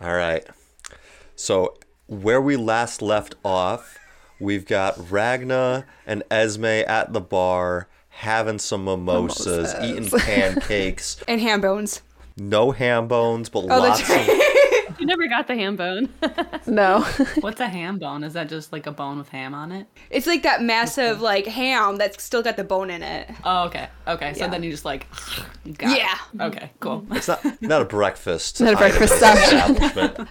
All right. So where we last left off, we've got Ragna and Esme at the bar having some mimosas, eating pancakes. And ham bones. no ham bones, but Oh, lots that's of right. You never got the ham bone. No. What's a ham bone? Is that just like a bone with ham on it? it's like that massive like ham that's still got the bone in it. Oh, okay. Okay. So Yeah. then you just like, got it. Yeah. Okay, cool. It's not not a breakfast. Not a item breakfast at this option. establishment.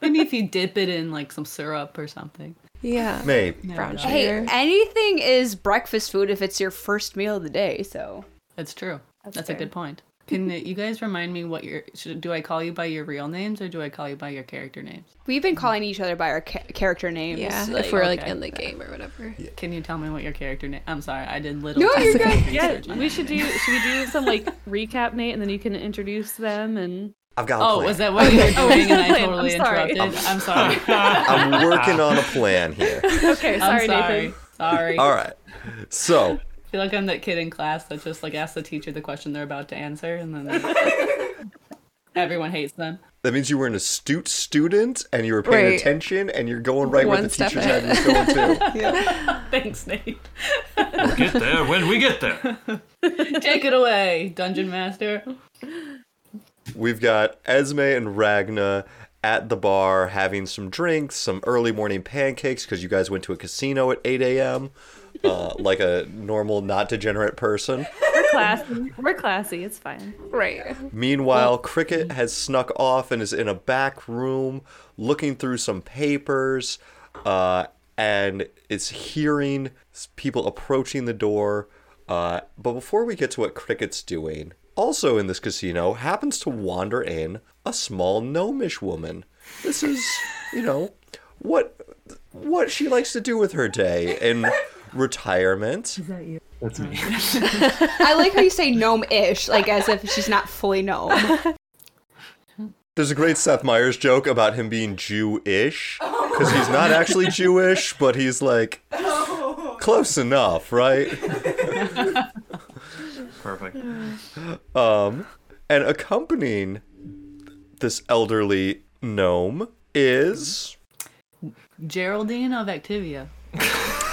Maybe if you dip it in like some syrup or something. Yeah. Maybe. Brown sugar. Hey, anything is breakfast food if it's your first meal of the day. So That's true. That's, a fair. good point. Can you guys remind me what your should, do I call you by your real names or do I call you by your character names? we've been calling each other by our ca- character names. yeah. like- if we're like okay. in the game or whatever. Can you tell me what your character name? I'm sorry, I did little. No, tiny oh, you're bit of good. Yeah, research on we that should do. today. Should we do some like recap, Nate, and then you can introduce them and I've got a Oh, plan. was that what you were doing? and I Plan. totally I'm sorry. interrupted. I'm sorry. I'm I'm working on a plan here. okay. Sorry, sorry. Nathan. Sorry. All right. So I feel like I'm that kid in class that just like asks the teacher the question they're about to answer, and then everyone hates them. that means you were an astute student and you were paying Right. attention and you're going right where One the step teacher's head is going to. Thanks, Nate. We'll get there when we get there. Take it away, Dungeon Master. We've got Esme and Ragna at the bar having some drinks, some early morning pancakes because you guys went to a casino at 8 a.m. Uh, like a normal, not degenerate person. We're classy. We're classy. It's fine. Right. Meanwhile, Cricket has snuck off and is in a back room looking through some papers uh, and is hearing s- people approaching the door. Uh, but before we get to what Cricket's doing, also in this casino happens to wander in a small gnomish woman. This is, you know, what what she likes to do with her day in retirement. That's me. I like how you say gnome-ish, like as if she's not fully gnome. There's a great Seth Meyers joke about him being Jewish because he's not actually Jewish, but he's like close enough, right? Perfect. Um, and accompanying this elderly gnome is Geraldine of Activia.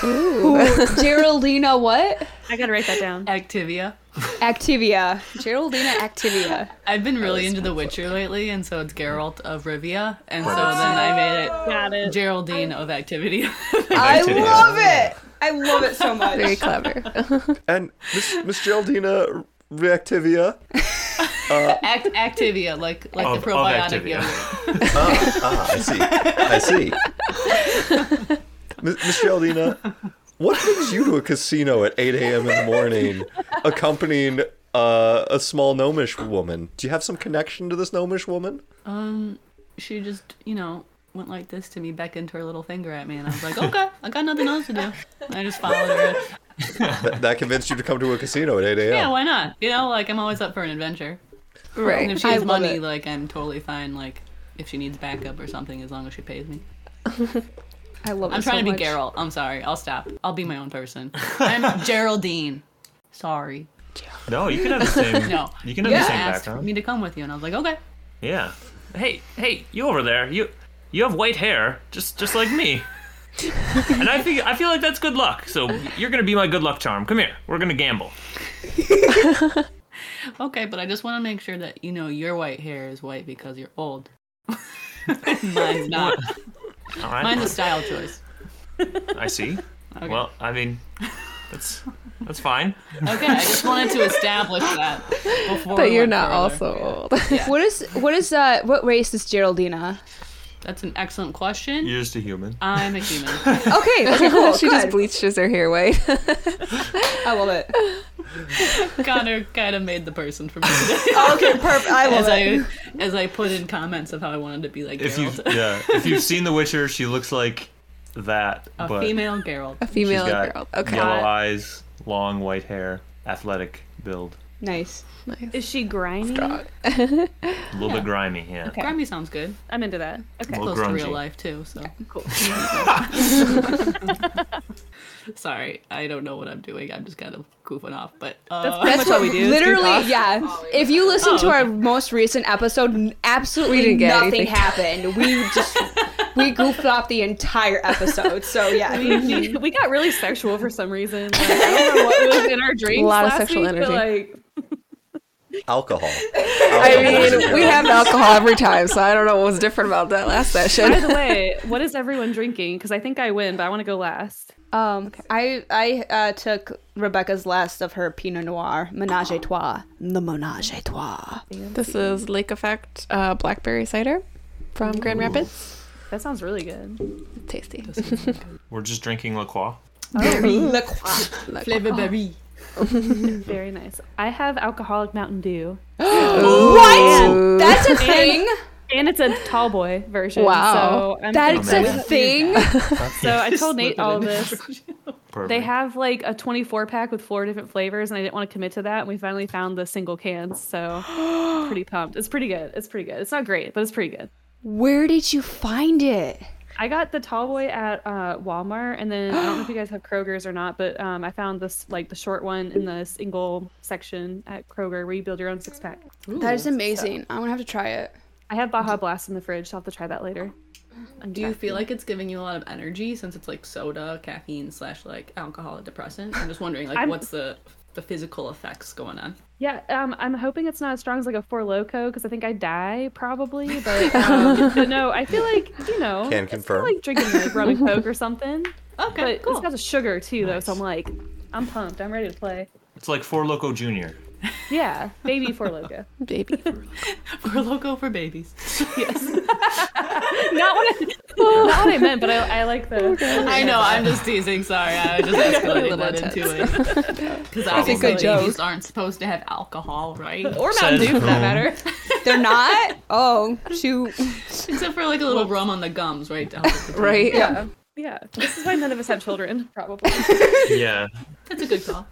Geraldina, what? I gotta write that down. Activia. Activia. Geraldina Activia. I've been really into The Witcher lately, and so it's Geralt of Rivia, and so then I Got made it it. Geraldine of Activity. I Activia. love it. I love it so much. Very clever. and Miss Miss Geraldina Reactivia. Act- Activia, like like Of- the of probiotic Activia. yogurt. Ah, ah, I see. I see. Miss Miss Geraldina, what brings you to a casino at 8 a.m. in the morning accompanying uh, a small gnomish woman? Do you have some connection to this gnomish woman? Um, she just you know went like this to me, beckoned her little finger at me, and I was like, okay, I got nothing else to do. And I just followed her. Th- that convinced you to come to a casino at 8 a.m. Yeah, why not? You know, like I'm always up for an adventure. And if right. she I has love money, it. like I'm totally fine. Like if she needs backup or something, as long as she pays me. I love it. I'm trying so to be much. Geralt. I'm sorry. I'll stop. I'll be my own person. I'm Geraldine. Sorry. No, you can have the same. No. You can have You the same asked background. me to come with you, and I was like, okay. Yeah. Hey, hey, you over there? You, you have white hair, just just like me. and I feel I feel like that's good luck. So you're gonna be my good luck charm. Come here. We're gonna gamble. Okay, but I just want to make sure that you know your white hair is white because you're old. Mine's not. All right. Mine's a style choice. I see. Well, I mean, that's that's fine. Okay, I just wanted to establish that before. But we you're went not further. also old. What is what is uh what race is Geraldina? That's an excellent question. You're just a human. I'm a human. Okay, okay, cool. she just good. bleaches her hair white. I love it. Connor kind of made the person for me today. Oh, Okay, perfect. I love As it. I as I put in comments of how I wanted to be like If you Geralt, yeah, if you've seen The Witcher, she looks like that, a but female Geralt. Female she's got girl. Okay. yellow eyes, long white hair, athletic build. Nice. Nice. Is she grimy? God. A little bit grimy, yeah. Okay. Grimy sounds good. I'm into that. Okay. Well, Close to real grungy. life too. So Cool. sorry, I don't know what I'm doing. I'm just kind of goofing off. But uh, That's pretty much what we do. is goof Literally, off. Oh, yeah. If you listen to our most recent episode, n- absolutely We didn't get nothing anything. happened. We just we goofed off the entire episode. So yeah, we, we got really sexual for some reason. Like, I don't know what was in our drinks. A lot of last sexual week, but, energy. like, Alcohol. I Alcohol is mean, a we drug. have alcohol every time, so I don't know what was different about that last by session. the way, what is everyone drinking? Because I think I win, but I want to go last. um, I I uh, took Rebecca's last of her Pinot Noir Menage a Trois, the Menage a Trois. This is Lake Effect uh, blackberry cider from Grand Rapids. That sounds really good. Tasty. We're just drinking La Croix. La Croix. Flavor berry. Very nice. I have alcoholic Mountain Dew, Ooh. What? That's a thing. and it's a tall boy version. Wow. so I'm That's Oh, a man. thing. so I told Nate all this. Perfect. They have like a 24 pack with four different flavors, and I didn't want to commit to that. And we finally found the single cans, so pretty pumped. It's pretty good. It's pretty good. It's not great, but it's pretty good. Where did you find it? I got the tall boy at uh, Walmart, and then I don't know if you guys have Kroger's or not, but um, I found this like the short one in the single section at Kroger where you build your own six pack. That is amazing. I'm gonna have to try it. I have Baja Blast in the fridge, so I'll have to try that later. Do you feel like it's giving you a lot of energy since it's like soda, caffeine slash like alcohol, a depressant? I'm just wondering like I'm- what's the the physical effects going on? Yeah, um, I'm hoping it's not as strong as like a Four Loco because I think I die probably. But, um, but no, I feel like you know, Can it's kinda confirm. like drinking like rum and coke or something. Okay, But cool. this has a sugar too, though, so I'm like, I'm pumped. I'm ready to play. It's like Four Loco Junior. Yeah, baby Four Loco. Baby. We're loco for babies. not what I, not what I meant, but I, I like the. I know. I'm just teasing. Sorry, I just escalated that into it because obviously joke. babies aren't supposed to have alcohol, right? Or Mountain Says Dew, for that who? matter. They're not? Oh, shoot. Except for like a little rum on the gums, right? to help with the taste. Right? Yeah. Yeah, this is why none of us have children, probably. Yeah. That's a good call.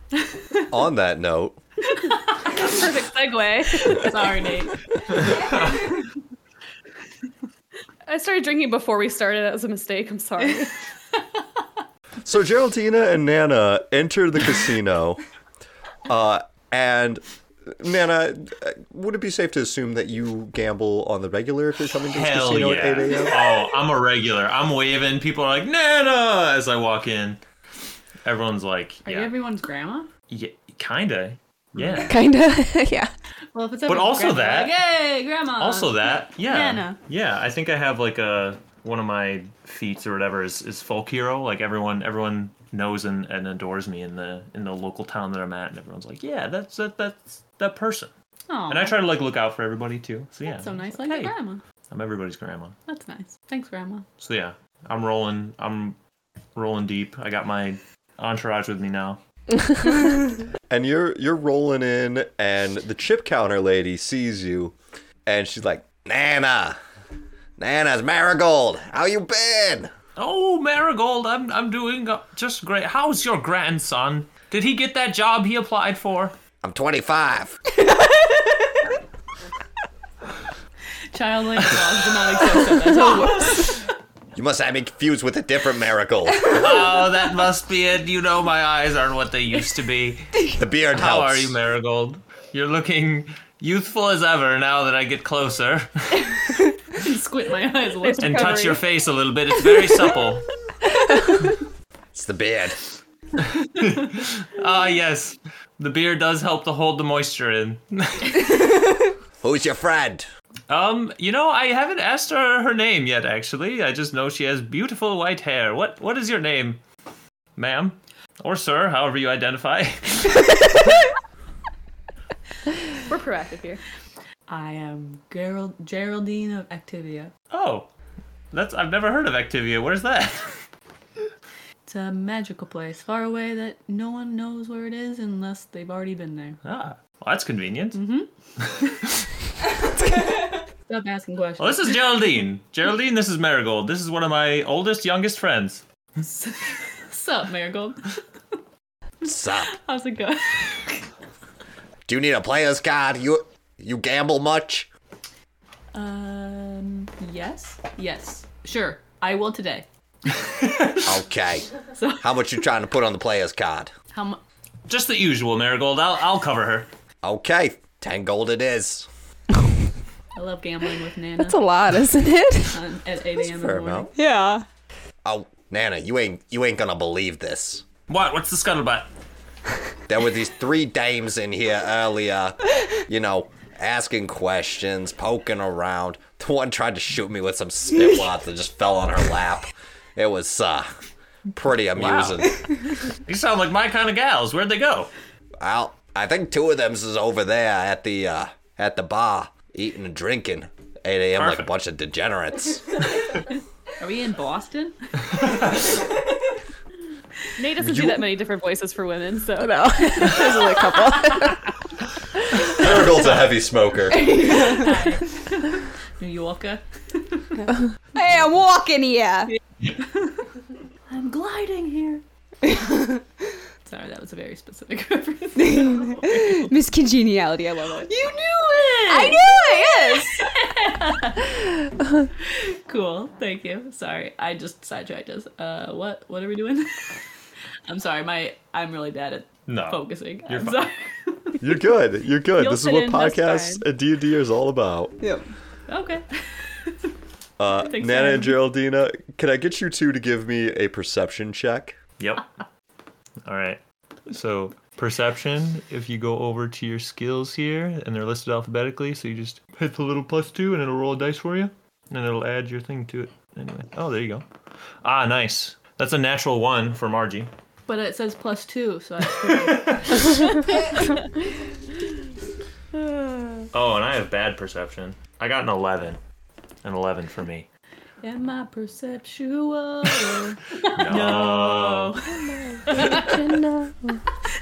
On that note, Perfect segue. Sorry, Nate. I started drinking before we started. That was a mistake. I'm sorry. So Geraldina and Nana enter the casino, uh, and Nana, uh, would it be safe to assume that you gamble on the regular if you're coming to the Hell casino yeah. at 8 a.m.? Oh, I'm a regular. I'm waving. People are like, Nana, as I walk in. Everyone's like, Are yeah. you everyone's grandma? yeah kinda. Yeah. Kinda. yeah. Well, if it's But everyone's also grandma, that- like, yay, grandma. Also that. Yeah. Nana. Yeah, I think I have like a one of my feats or whatever is, is folk hero. Like everyone everyone knows and, and adores me in the in the local town that I'm at and everyone's like, Yeah, that's that that's that person. Aw, And I try to like look out for everybody too. So yeah. so I'm nice, just like a hey, grandma. I'm everybody's grandma. That's nice. Thanks, grandma. So yeah, I'm rolling. I'm rolling deep. I got my entourage with me now. And you're you're rolling in, and the chip counter lady sees you, and she's like, Nana, Nana's Marigold, how you been? Oh, Marigold, I'm I'm doing uh, just great. How's your grandson? Did he get that job he applied for? I'm 25. Child labor laws do not exist at that time. You must have me confused with a different Marigold. oh, that must be it. You know my eyes aren't what they used to be. The beard How helps. are you, Marigold? You're looking youthful as ever now that I get closer Squint my eyes a little. and touch your face a little bit. It's very supple. it's the beard. Ah, yes. The beer does help to hold the moisture in. Who's your friend? Um, you know, I haven't asked her her name yet. Actually, I just know she has beautiful white hair. What What is your name, ma'am, or sir, however you identify? We're proactive here. I am Gerald Geraldine of Activia. oh, that's I've never heard of Activia. Where's that? It's a magical place far away that no one knows where it is unless they've already been there. Ah, well, that's convenient. Stop asking questions. Well, this is Geraldine. Geraldine, this is Marigold. This is one of my oldest, youngest friends. What's up, Marigold? Sup? How's it going? Do you need a player's card? You you gamble much? Um, yes, yes, sure. I will today. Okay. How much you trying to put on the player's card? How much? Just the usual, Marigold. I'll I'll cover her. Okay, ten gold it is. I love gambling with Nana That's a lot, isn't it? on, at 8 a.m. in the Fair morning. amount. Yeah. Oh, Nana, you ain't you ain't gonna believe this. What? What's the scuttlebutt? There were these three dames in here earlier, you know, asking questions, poking around. The one tried to shoot me with some spitwads that just fell on her lap. It was uh pretty amusing. You sound like my kind of gals. Where'd they go? Well, I think two of them's is over there at the uh at the bar, eating and drinking. 8 a.m. like a Perfect. bunch of degenerates. Are we in Boston? Nate doesn't do that many different voices for women, so No, there's only a couple. Marigold's a heavy smoker. New Yorker? Hey, I'm walking here. I'm gliding here. Sorry, that was a very specific reference. Miss Congeniality, I love it. You knew it! I knew it, yes! Cool. Thank you. Sorry, I just sidetracked us. Uh, what? What are we doing? I'm sorry. My I'm really bad at No. focusing. Oh, You're I'm fine. sorry. You're good. You're good. You'll this is fit what in, that's podcasts fine. and D&D is all about. Yep. okay. Uh, Thanks, Nana Nana. and Geraldina, can I get you two to give me a perception check? Yep. All right. So perception. If you go over to your skills here, and they're listed alphabetically, so you just hit the little plus two, and it'll roll a dice for you, and it'll add your thing to it. Anyway. Oh, there you go. Ah, nice. That's a natural one for Margie. But it says plus two, so I Oh, and I have bad perception. I got an eleven. An eleven for me. am I perceptual? No.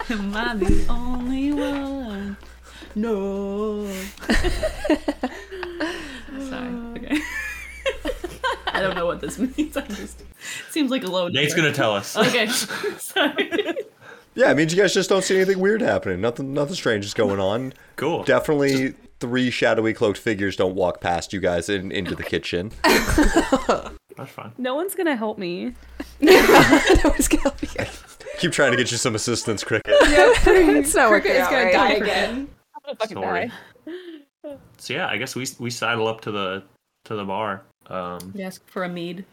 Am I the only one? No. sorry. Okay. I don't know what this means. I just seems like a low. Nate's number. gonna tell us. Okay. sorry. Yeah, it means you guys just don't see anything weird happening. Nothing nothing strange is going on. Cool. Definitely three shadowy cloaked figures don't walk past you guys in, into the kitchen. That's fine. no one's gonna help me. No one's gonna help you. Keep trying to get you some assistance, Cricket. It's not working Cricket is out gonna right. die again. I'm gonna fucking Sorry. die. So yeah, I guess we we sidle up to the to the bar. Um, Ask for a mead.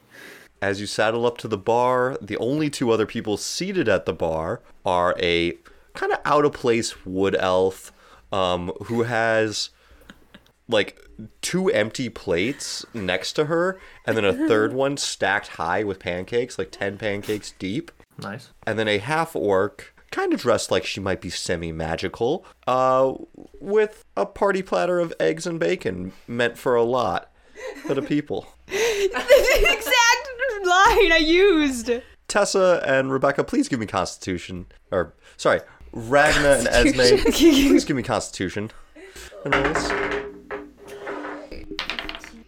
As you saddle up to the bar, the only two other people seated at the bar are a kind of out of place wood elf um, who has like two empty plates next to her and then a third one stacked high with pancakes, like 10 pancakes deep. nice. And then a half orc, kind of dressed like she might be semi magical, uh, with a party platter of eggs and bacon meant for a lot of the people. the exact line I used. Tessa and Rebecca, please give me Constitution. Or sorry, Ragna and Esme, please give me Constitution. And all this.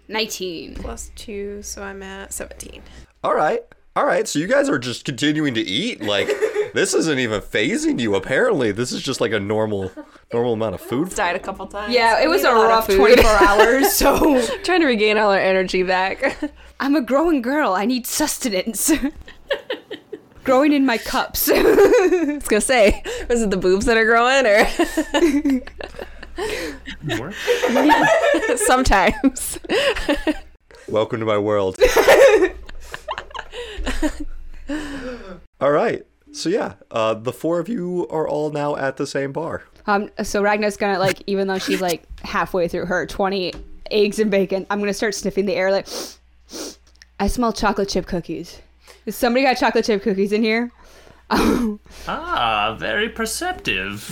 19. Plus two, so I'm at 17. All right, all right. So you guys are just continuing to eat. Like this isn't even phasing you. Apparently, this is just like a normal, normal amount of food. Died a couple times. Yeah, it was a a lot rough of food. 24 hours, so. Trying to regain all our energy back. I'm a growing girl. I need sustenance. growing in my cups. I was gonna say, was it the boobs that are growing or Work. sometimes? Welcome to my world. all right. So yeah, uh, the four of you are all now at the same bar. um, so Ragna's gonna, like, even though she's, like, halfway through her 20 eggs and bacon, I'm gonna start sniffing the air, like, I smell chocolate chip cookies. Has somebody got chocolate chip cookies in here? Ah, very perceptive.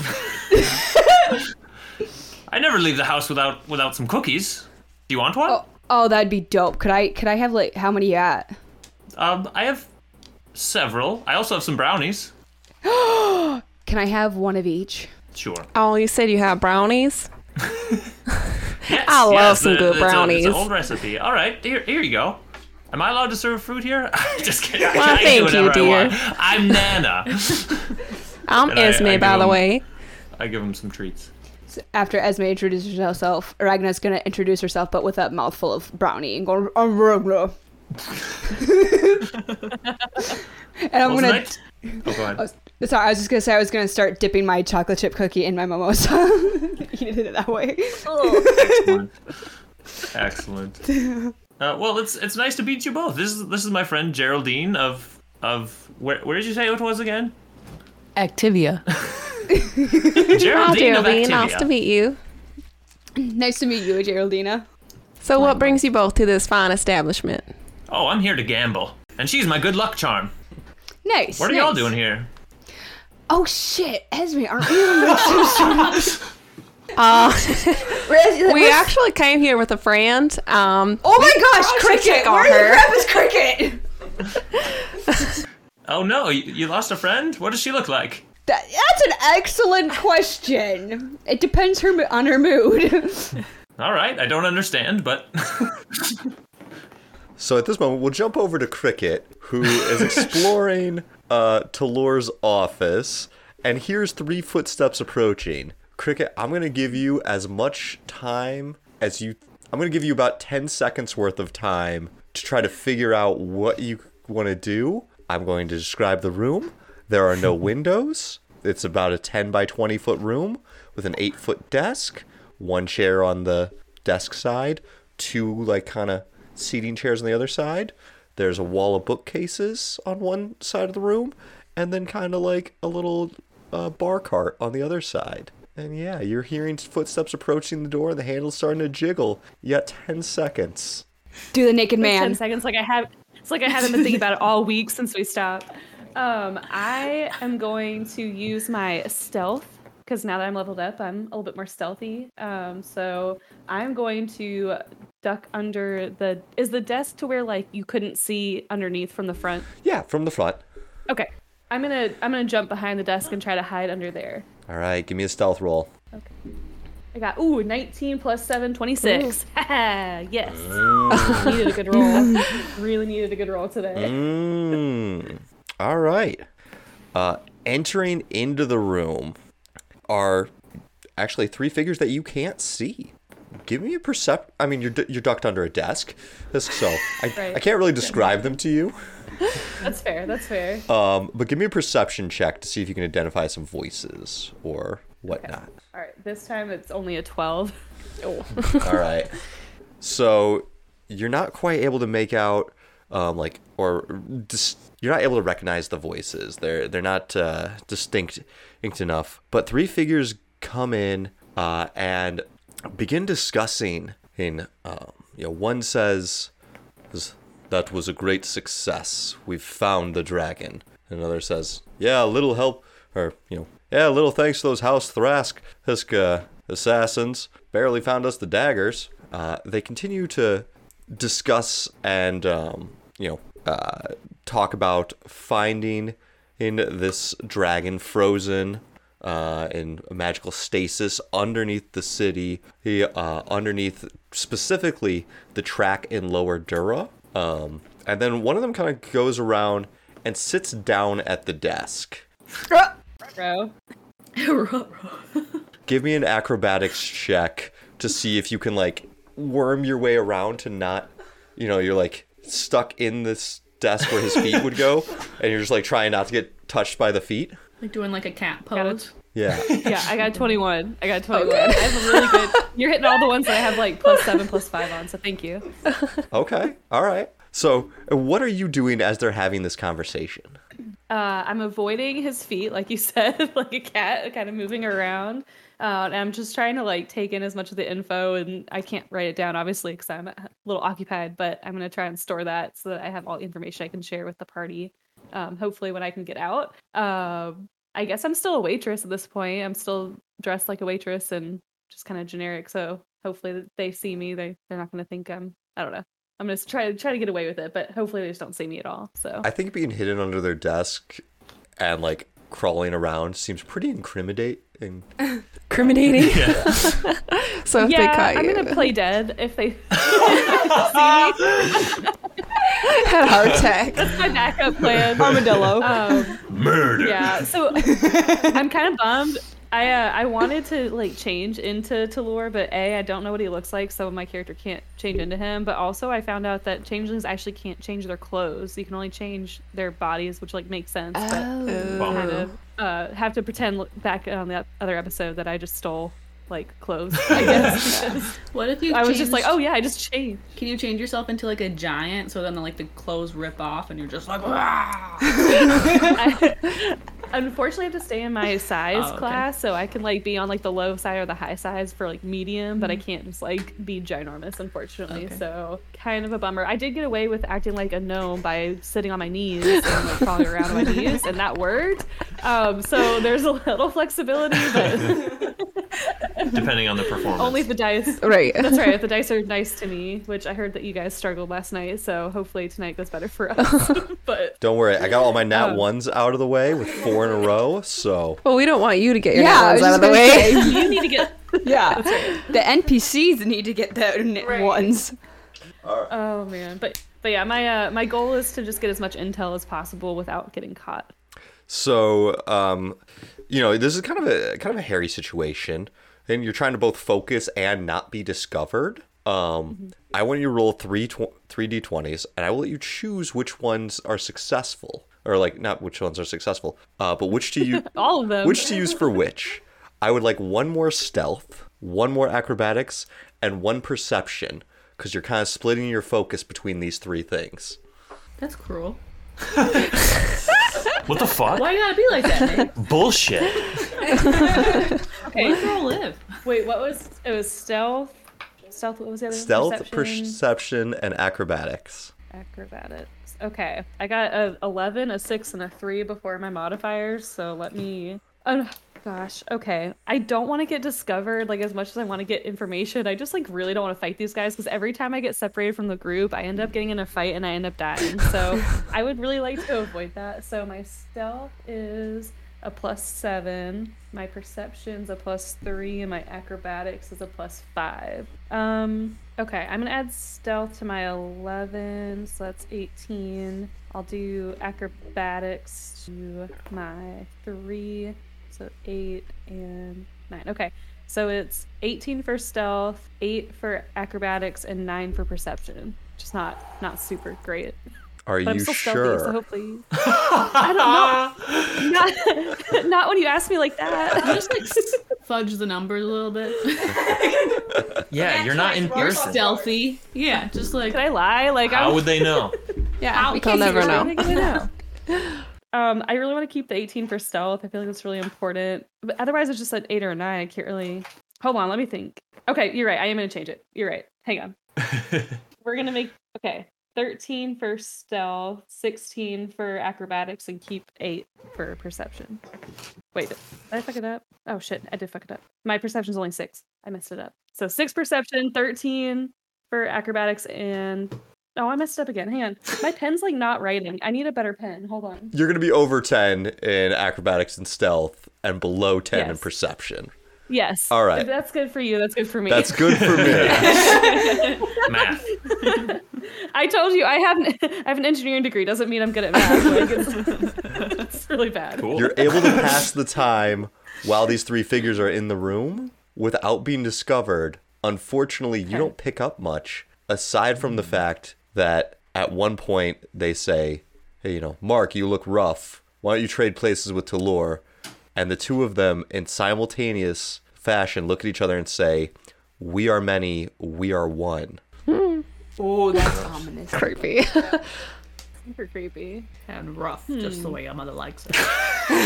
I never leave the house without without some cookies. Do you want one? Oh, oh, that'd be dope. Could I, could I have, like, how many you at? Um, I have several. I also have some brownies. Can I have one of each? Sure. Oh, you said you have brownies? Yes, I love some the- good it's a- brownies. it's an old recipe. All right, here, here you go. Am I allowed to serve food here? Just kidding. Well, I thank do you, whatever I dear. want. I'm Nana. I'm And I- Esme, I Um, by do the them. way. I give him some treats. after Esme introduces herself, Ragna's gonna introduce herself, but with a mouthful of brownie and going, "I'm Ragna." and I'm Wasn't gonna. I- Oh, go ahead. Uh, Sorry, I was just gonna say I was gonna start dipping my chocolate chip cookie in my mimosa. you did it that way. Excellent. Excellent. Uh, well, it's it's nice to meet you both. This is this is my friend Geraldine of of where where did you say it was again? Activia. Hi, Geraldine of Geraldine. Nice to Activia. meet you. Nice to meet you, Geraldina. So, what brings you both to this fine establishment? Oh, I'm here to gamble, and she's my good luck charm. Nice. What are nice. y'all doing here? Oh shit, Esme, aren't you? Uh, we we actually came here with a friend. Um, Oh my gosh, should cricket! check on Where the crap her. is cricket? Oh no, you, you lost a friend. What does she look like? That, that's an excellent question. It depends her mo- on her mood. All right, I don't understand, but So at this moment, we'll jump over to Cricket, who is exploring uh, Talor's office and hears three footsteps approaching. Cricket, I'm going to give you as much time as you. I'm going to give you about 10 seconds worth of time to try to figure out what you want to do. I'm going to describe the room. There are no windows. It's about a 10 by 20 foot room with an 8 foot desk, one chair on the desk side, two, like, kind of seating chairs on the other side. There's a wall of bookcases on one side of the room, and then kind of like a little uh, bar cart on the other side. And yeah, you're hearing footsteps approaching the door, and the handle's starting to jiggle. You got 10 seconds. Do the naked Ten man. seconds. Like I have. It's like I haven't been thinking about it all week since we stopped. Um, I am going to use my stealth because now that I'm leveled up, I'm a little bit more stealthy. Um, so I'm going to duck under the. Is the desk to where like you couldn't see underneath from the front? Yeah, from the front. Okay. I'm gonna I'm gonna jump behind the desk and try to hide under there. All right, give me a stealth roll. I got ooh 19 plus 7 26. yes. needed a good roll. really needed a good roll today. Mm. All right. Uh, entering into the room are actually three figures that you can't see. Give me a percept. I mean, you're, d- you're ducked under a desk, That's- so I, Right. I can't really describe them to you. That's fair. That's fair. Um, but give me a perception check to see if you can identify some voices or whatnot. All right. This time it's only a 12. Oh. All right. So you're not quite able to make out, um, like, or dis- you're not able to recognize the voices. They're they're not uh, distinct, distinct enough. But three figures come in uh, and begin discussing. In um, you know, one says, says, That was a great success. We've found the dragon. Another says, Yeah, a little help, or, you know, yeah, a little thanks to those House Thrask Hiska assassins. Barely found us the daggers. Uh, they continue to discuss and, um, you know, uh, talk about finding in this dragon frozen uh, in a magical stasis underneath the city, he, uh, underneath specifically the track in Lower Dura. Um, and then one of them kind of goes around and sits down at the desk. Bro. Give me an acrobatics check to see if you can like worm your way around to not, you know, you're like stuck in this desk where his feet would go, and you're just like trying not to get touched by the feet. Like doing like a cat Got pose. it. Yeah. Yeah, I got 21. I got 21. I have a really good. You're hitting all the ones that I have like plus 7 plus 5 on, so thank you. Okay. All right. So, what are you doing as they're having this conversation? Uh, I'm avoiding his feet, like you said, like a cat, kind of moving around. Uh, and I'm just trying to like take in as much of the info, and I can't write it down obviously because I'm a little occupied. But I'm gonna try and store that so that I have all the information I can share with the party. Um, hopefully, when I can get out. Um, I guess I'm still a waitress at this point. I'm still dressed like a waitress and just kind of generic. So hopefully that they see me. They they're not gonna think I'm. I don't know. I'm gonna try to try to get away with it, but hopefully they just don't see me at all. So I think being hidden under their desk and like crawling around seems pretty incriminating. And Incriminating. so if they yeah, caught I'm you, gonna play dead if they had a heart attack. my backup plan. Armadillo. Um, Murder. yeah, so I'm kind of bummed. I uh, I wanted to like change into Talor, but a I don't know what he looks like, so my character can't change into him. But also, I found out that changelings actually can't change their clothes; you can only change their bodies, which like makes sense. Oh. But Um, kind Bummer. of uh, have to pretend look back on the other episode that I just stole like clothes. I guess because What if you? I was just like, changed- oh yeah, I just changed. Can you change yourself into like a giant so then like the clothes rip off and you're just like, "Rah!" I, unfortunately, I have to stay in my size Oh, okay. class, so I can like be on like the low side or the high size for like medium, but I can't just like be ginormous, unfortunately. Mm-hmm. Okay. So kind of a bummer. I did get away with acting like a gnome by sitting on my knees and like crawling around on my knees, and that worked. Um, so there's a little flexibility, but depending on the performance. only if the dice. Right. That's right. If the dice are nice to me, which I heard that you guys struggled last night, so hopefully tonight goes better for us. but Don't worry, I got all my nat ones out of the way with four in a row. So Well, we don't want you to get your Yeah, I yeah, was out just of the gonna way. say, you need to get yeah, the NPCs need to get their n- Right. ones. Oh man, but but yeah, my uh, my goal is to just get as much intel as possible without getting caught. So, um, you know, this is kind of a kind of a hairy situation, and you're trying to both focus and not be discovered. Um, Mm-hmm. I want you to roll three three d twenties, and I will let you choose which ones are successful, or like not which ones are successful, uh, but which do you All of them. which to use for which. I would like one more stealth, one more acrobatics, and one perception, because you're kind of splitting your focus between these three things. That's cruel. what the fuck? Why you gotta be like that, man? Bullshit. Where does girl live? Wait, what was it? Was stealth? Stealth. What was the other? one? Stealth, Perception, perception, and acrobatics. acrobatics. Okay, I got a eleven, a six, and a three before my modifiers. So let me. Oh gosh. Okay, I don't want to get discovered. Like as much as I want to get information, I just like really don't want to fight these guys because every time I get separated from the group, I end up getting in a fight and I end up dying. So I would really like to avoid that. So my stealth is a plus seven. My perception's a plus three, and my acrobatics is a plus five. Um, okay, I'm gonna add stealth to my eleven, so that's eighteen. I'll do acrobatics to my three, so eight and nine. Okay, so it's eighteen for stealth, eight for acrobatics, and nine for perception. Just not not super great, Are but I'm you still sure? stealthy, so hopefully. I don't know. Not, not when you ask me like that. Just like fudge the numbers a little bit. Yeah, you're not in You're person. stealthy. Yeah, just like Can I lie? Like How I'm would they know? Yeah, we can Casey, never you're know. I think I know. Um, I really want to keep the 18 for stealth. I feel like that's really important. But otherwise, it's just an eight or a nine. I can't really. Hold on, let me think. Okay, you're right. I am gonna change it. You're right. Hang on. We're gonna make okay. 13 for stealth, 16 for acrobatics, and keep eight for perception. Wait, did I fuck it up? Oh shit, I did fuck it up. My perception's only six. I messed it up. So six perception, 13 for acrobatics, and Oh, I messed up again. Hang on. My pen's like not writing. I need a better pen. Hold on. You're going to be over 10 in acrobatics and stealth and below 10 in Yes. perception. Yes. All right. If that's good for you. That's good for me. That's good for me. Math. I told you I have an, I have an engineering degree. Doesn't mean I'm good at math. Like, it's, it's really bad. Cool. You're able to pass the time while these three figures are in the room without being discovered. Unfortunately, you don't pick up much aside from the fact that at one point they say, hey, you know, Mark, you look rough. Why don't you trade places with Talor? And the two of them, in simultaneous fashion, look at each other and say, we are many, we are one. oh, that's Creepy. Super creepy. and rough, just Hmm. the way your mother likes it. See,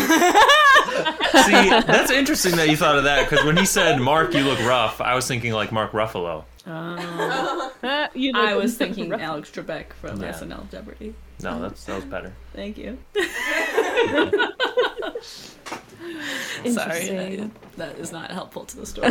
that's interesting that you thought of that because when he said, "Mark, you look rough," I was thinking like Mark Ruffalo. Ah, you I look- was thinking Alex Trebek from Yeah. SNL Jeopardy. No, that's that was better. Thank you. Sorry, interesting. that, that is not helpful to the story.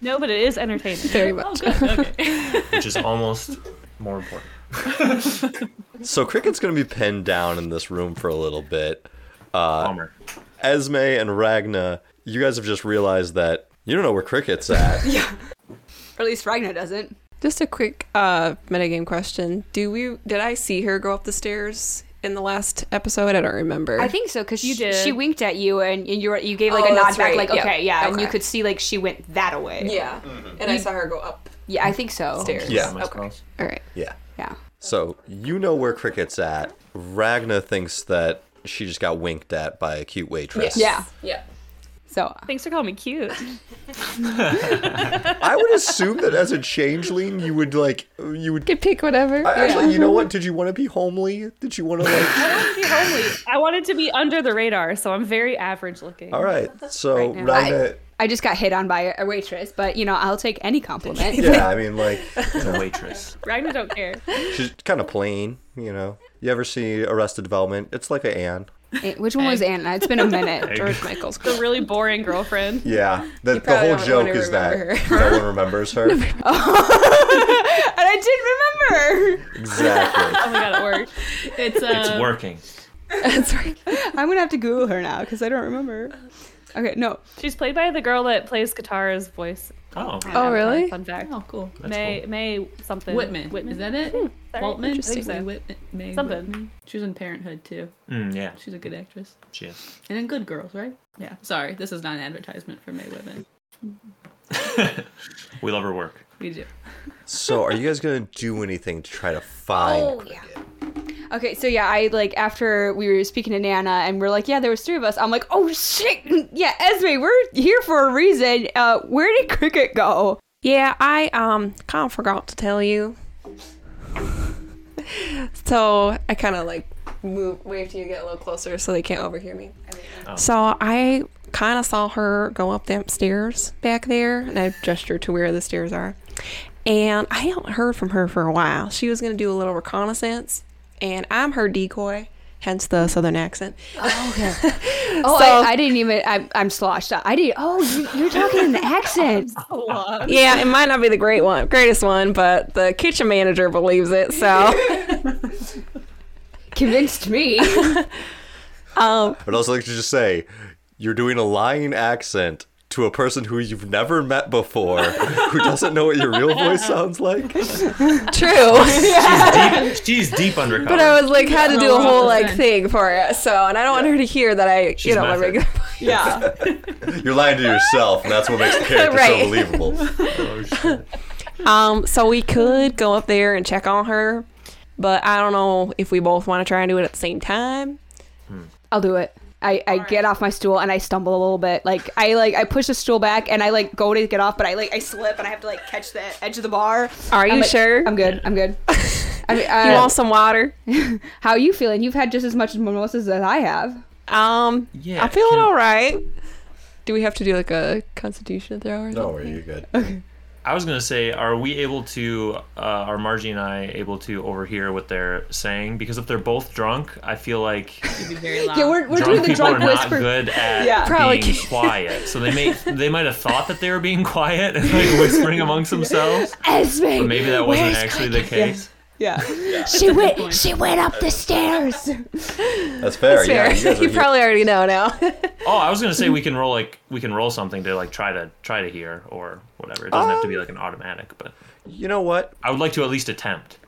No, but it is entertaining. Very much. Which is almost more important. So Cricket's gonna be pinned down in this room for a little bit. Bummer. Esme and Ragna, you guys have just realized that you don't know where Cricket's at. Or at least Ragnar doesn't. Just a quick uh metagame question. Do we did I see her go up the stairs in the last episode? I don't remember. I think so because You she, did. she winked at you and, and you were, you gave like Oh, a nod that's back, right. like Yep. okay, yeah, and you Okay. could see like she went that away. yeah, and I saw her go up yeah, I think so. stairs. Yeah. Am I supposed- All right. Yeah. Yeah, So you know where Cricket's at. Ragna thinks that she just got winked at by a cute waitress. yeah. Yeah. So Thanks for calling me cute. I would assume that as a changeling, you would like you would. Could pick whatever. I- Actually, you know what? Did you want to be homely? Did you want to like? I wanted to be homely. I wanted to be under the radar, so I'm very average looking. All right. So Right now. Ragna. I just got hit on by a waitress, but you know I'll take any compliment. Yeah, I mean, like It's a waitress. Ragnar don't care. she's kind of plain. You know. You ever see Arrested Development? It's like a Anne. Eh, Which one was Anna? It's been a minute. George Michael's. The really boring girlfriend. Yeah. The, the probably whole don't wanna joke is remember that no one remembers her. and I did remember. exactly. Oh my god, it worked. It's, uh, Um, It's working. That's right. I'm gonna have to Google her now because I don't remember. Okay, no. She's played by the girl that plays Katara's voice. Oh, Oh, Avatar, really? Fun fact. Oh, cool. May May something. Whitman. Is that it? Sorry. Waltman? I think May so. Whitman. May Something. Whitman? She was in Parenthood, too. Mm, yeah. She's a good actress. She is. And in Good Girls, right? Yeah. Sorry, this is not an advertisement for May Whitman. We love her work. We do. So, are you guys gonna do anything to try to find? Oh, Oh. yeah. Okay, so yeah, I like after we were speaking to Nana and we're like, yeah, there was three of us. I'm like, oh shit, yeah, Esme, we're here for a reason. Uh, where did Cricket go? Yeah, I um kind of forgot to tell you. so I kind of like move, wave to you, get a little closer so they can't overhear me. So I kind of saw her go up them stairs back there, and I gestured to where the stairs are. And I hadn't heard from her for a while. She was gonna do a little reconnaissance, and I'm her decoy, hence the southern accent. Oh, So- I, I didn't even. I'm, I'm sloshed. I did. Oh, you, you're talking in the accent. Oh. Yeah, it might not be the great one, greatest one, but the kitchen manager believes it. So. Convinced me. um, I'd also like to just say, you're doing a lying accent to a person who you've never met before, who doesn't know what your real voice sounds like. True. Deep, she's deep undercover. But I was like, had to Yeah, do a no, whole 100%. like thing for it. So, and I don't want her to hear that I, She's you know, my method. regular. yeah. You're lying to yourself, and that's what makes the character Right. so believable. oh, shit. Um, so we could go up there and check on her, but I don't know if we both want to try and do it at the same time. I'll do it. I, I get off my stool and I stumble a little bit. Like I like I push the stool back and I like go to get off, but I like I slip and I have to like catch the edge of the bar. Are I'm you like, sure? I'm good. I'm good. I mean, uh, You want some water? how are you feeling? You've had just as much mimosas as I have. Um, Yeah, I'm feeling can- all right. Do we have to do like a Constitution throw or something? Don't worry, you're good. I was gonna say, are we able to? Uh, are Margie and I able to overhear what they're saying? Because if they're both drunk, I feel like She'd be very loud. Yeah, we're, we're doing drunk the people drunk are not whisper. good at Yeah. Probably being can't. quiet. So they may they might have thought that they were being quiet and like whispering amongst themselves, Esme, but maybe that wasn't actually the case. yeah. She went. She went up the stairs. That's fair. Fair. Yeah, you guys are you here. probably already know now. Oh, I was gonna say we can roll like we can roll something to like try to try to hear or whatever. It doesn't have to be like an automatic, but You know what? I would like to at least attempt.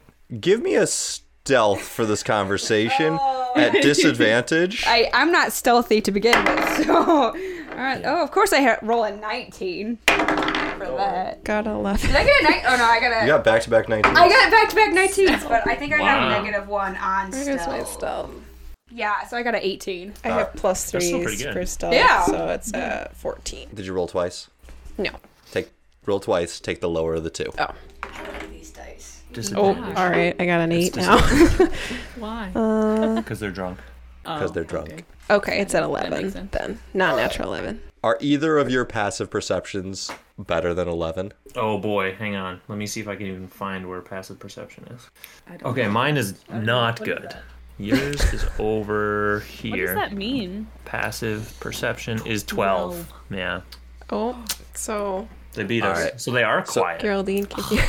Give me a stealth for this conversation Oh. at disadvantage. I I'm not stealthy to begin with, so all right. Oh, of course I ha- roll a 19 for that. Got a left. Did I get a 19? Oh no, I got a. you got back to back 19. I got back to back 19s, but I think I got a Wow. negative one on Here's my stealth. stuff. Yeah, so I got an 18. I have plus That's Uh, still three pretty good. for stuff. Yeah. So it's uh, 14. Did you roll twice? No. Take roll twice. Take the lower of the two. Oh. These dice. Oh, Disadvantage all right. I got an eight just- now. Why? because they're drunk. because they're drunk. Oh, Okay, it's at makes 11 sense. then. Not natural 11. Are either of your passive perceptions better than 11? Oh boy, hang on. Let me see if I can even find where passive perception is. I don't Okay, know. mine is not What is good. Yours is over What does here. that mean? Passive perception is 12. Yeah. Oh, so They beat us. Alright. So they are quiet. Geraldine can hear.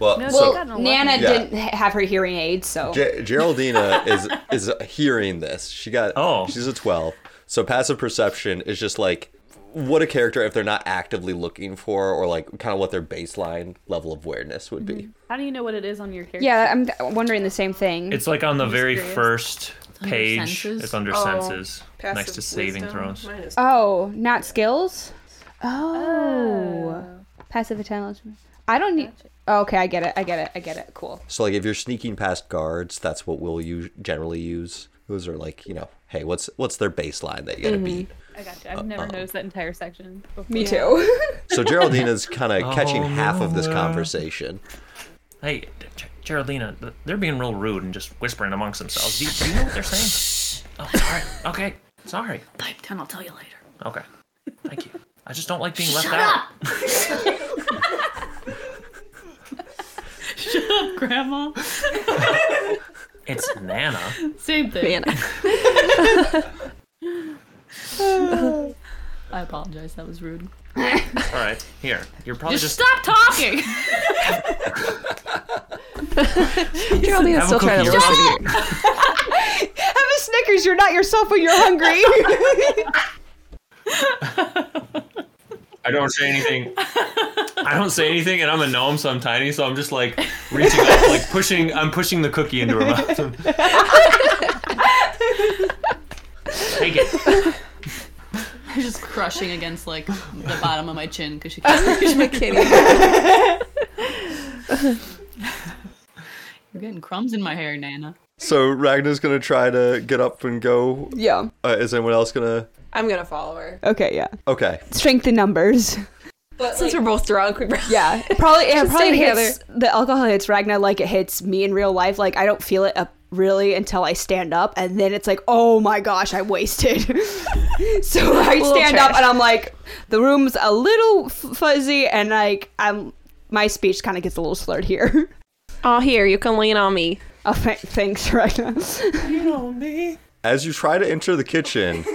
Well, No, so they got an 11. Nana Yeah. didn't ha- have her hearing aid, so. Ge- Geraldina is is hearing this. She got Oh. she's a 12. So passive perception is just like what a character if they're not actively looking for or like kind of what their baseline level of awareness would be. How do you know what it is on your character? Yeah, I'm th- wondering the same thing. It's like on the very curious. first under page. senses? It's under Oh, senses, next passive to saving wisdom. throws. Mine is- oh, not skills. Oh, passive intelligence. I don't need. Oh, okay, I get it. I get it. I get it. Cool. So like if you're sneaking past guards, that's what we'll use, generally use. Those are like, you know, hey, what's what's their baseline that you Mm-hmm. gotta beat? I got you. I've never noticed that entire section. Before. Me too. So Geraldina's kind of catching Oh, half of this no. conversation. Hey, G- G- Geraldina, th- they're being real rude and just whispering amongst themselves. Do you, do you know what they're saying? Oh, all right. Okay. Sorry. Pipe down. I'll tell you later. Okay. Thank you. I just don't like being left Shut out. up! Shut up, Grandma. It's Nana. Same thing. Man, I apologize. That was rude. All right. Here. You're probably Just just, stop talking. Geraldine is Have a still trying cookie to or listen to you. something. Have a Snickers. You're not yourself when you're hungry. I don't say anything. I don't say anything, and I'm a gnome, so I'm tiny. So I'm just like reaching up, like pushing. I'm pushing the cookie into her mouth. Take it. I'm just crushing against like the bottom of my chin because she keeps Here's my kitty. You're getting crumbs in my hair, Nana. So Ragnar's gonna try to get up and go. yeah. Uh, is anyone else gonna? I'm gonna follow her. Okay. Yeah. Okay. Strength in numbers. But since we're both drunk, we Yeah, it probably and it probably stay together. hits the alcohol hits Ragna like it hits me in real life. Like I don't feel it up really until I stand up, and then it's like, oh my gosh, I wasted. so I stand trash. up and I'm like, the room's a little f- fuzzy, and like I'm my speech kind of gets a little slurred here. Oh, here you can lean on me. oh, th- thanks, Ragna. As you try to enter the kitchen,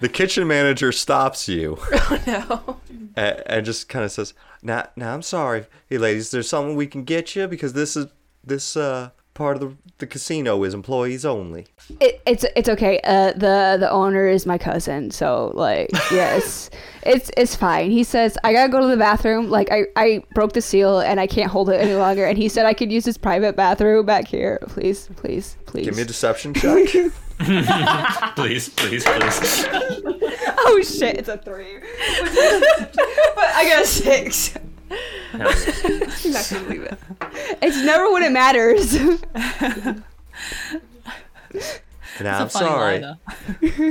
the kitchen manager stops you Oh, No. and, and just kind of says, "Now, now, I'm sorry, hey ladies. There's something we can get you because this is this uh part of the the casino is employees only." It, it's it's okay. Uh, the the owner is my cousin, so like yes, it's it's fine. He says I gotta go to the bathroom. Like I I broke the seal and I can't hold it any longer. And he said I could use his private bathroom back here. Please, please, please. Give me a deception check. Please, please, please. oh shit, it's a three. but I got a six. Hell yeah. You're not gonna believe it. It's never when it matters. now I'm It's a funny sorry. lie,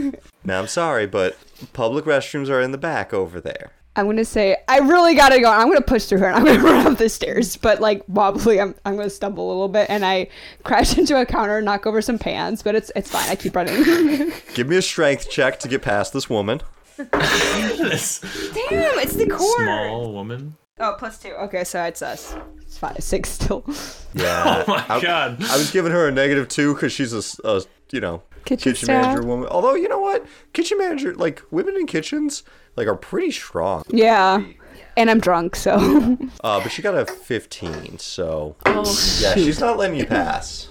though. Now I'm sorry, but public restrooms are in the back over there. I'm gonna say I really gotta go. I'm gonna push through her and I'm gonna run up the stairs. But like wobbly, I'm I'm gonna stumble a little bit and I crash into a counter, knock over some pans. But it's it's fine. I keep running. Give me a strength check to get past this woman. This Damn, it's the core. small woman. Oh, plus two. Okay, so it's us. It's five, six still. Yeah. Oh my I, god. I was giving her a negative two because she's a, s- a, you know Kitchen staff. manager woman. Although you know what, kitchen manager like women in kitchens like are pretty strong. Yeah. And I'm drunk, so Uh, but she got a fifteen, so Oh. yeah, she's not letting you pass.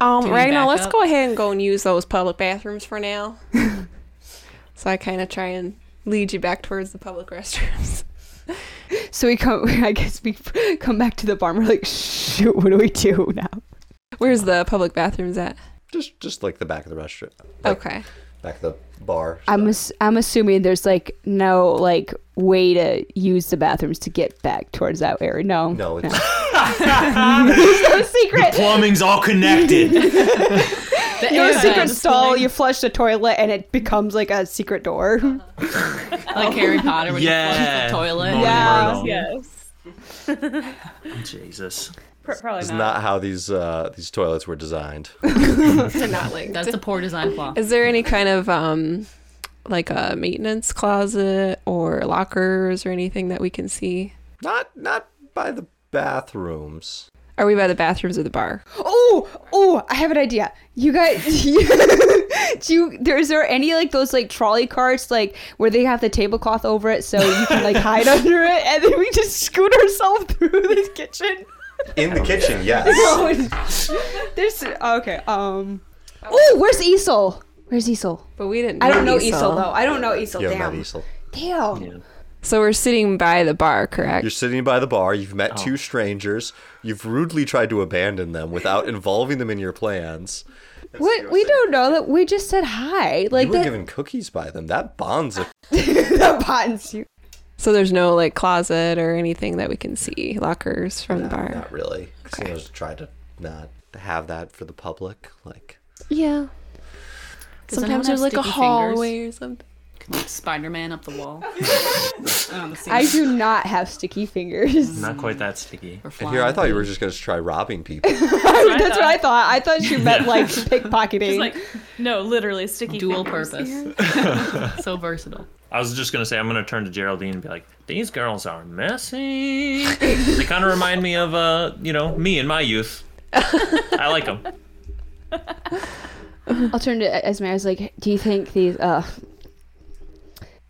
Um, we Ragnar, back let's up? go ahead and go and use those public bathrooms for now. so I kind of try and lead you back towards the public restrooms. so we come. I guess we come back to the barn. We're like, shoot, what do we do now? Where's the public bathrooms at? Just just like the back of the restaurant, like, Okay. back of the bar. I'm ass- I'm assuming there's like no like way to use the bathrooms to get back towards that area. No, No, it's, no secret. Plumbing's all connected. The No air secret vents, stall. like- You flush the toilet, and it becomes like a secret door. like Harry Potter when yeah. you flush the toilet. Moaning Yeah. Myrtle. Yes. Jesus. Pr- probably it's not. not how these uh, these toilets were designed. They're not like. That's the poor design flaw. Is there any kind of um, like a maintenance closet or lockers or anything that we can see? Not not by the bathrooms. Are we by the bathrooms or the bar? Oh, oh, I have an idea. You guys, do you, there, is there any like those like trolley carts like where they have the tablecloth over it so you can like hide under it and then we just scoot ourselves through this kitchen? In Oh, the kitchen, yes. There's okay. Um. Oh, where's Esol? Where's Esol? But we didn't. I don't need know Esau. Esol though. I don't know Esol. You have damn. not Isel. Damn. Yeah. So we're sitting by the bar, correct? You're sitting by the bar. You've met two strangers. You've rudely tried to abandon them without involving them in your plans. What we don't know that we just said hi. You Like were that, given cookies by them. That bonds a that bonds you. So there's no like closet or anything that we can see, lockers from the bar. not really. Casinos try to not have that for the public. Like Yeah. Does anyone Sometimes have there's like a sticky fingers? hallway or something. Can, like Spider-Man up the wall. Um, see, I do not have sticky fingers. Not quite that sticky. or and here, I flying. thought you were just going to try robbing people. That's what I thought. I thought she meant like pickpocketing. It's like no, literally sticky. dual fingers. purpose. so versatile. I was just gonna say I'm gonna turn to Geraldine and be like, "These girls are messy." they kind of remind me of uh, you know, me in my youth. I like them. I'll turn to Esme. I was like, "Do you think these?" uh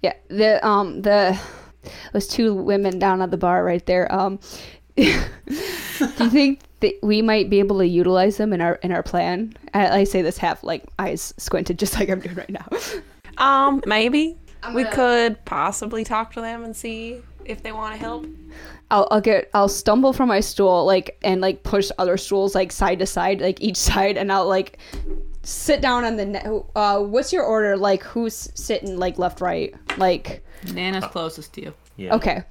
Yeah, the um the was two women down at the bar right there. Um, do you think that we might be able to utilize them in our in our plan? I, I say this half like eyes squinted, just like I'm doing right now. Um, maybe we could possibly talk to them and see if they want to help. I'll, I'll get I'll stumble from my stool like and like push other stools like side to side like each side and I'll like sit down on the ne- uh what's your order like who's sitting like left right like Uh. Nana's closest to you. Yeah. okay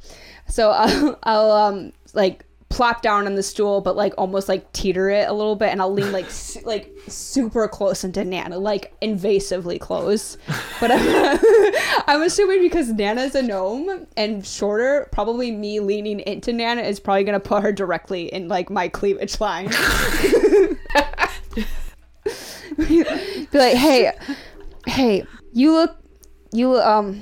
so I'll, I'll um like plop down on the stool but like almost like teeter it a little bit and I'll lean like su- like super close into Nana like invasively close but I'm, I'm assuming because Nana's a gnome and shorter probably me leaning into Nana is probably gonna put her directly in like my cleavage line be like, hey, hey, you look, you um,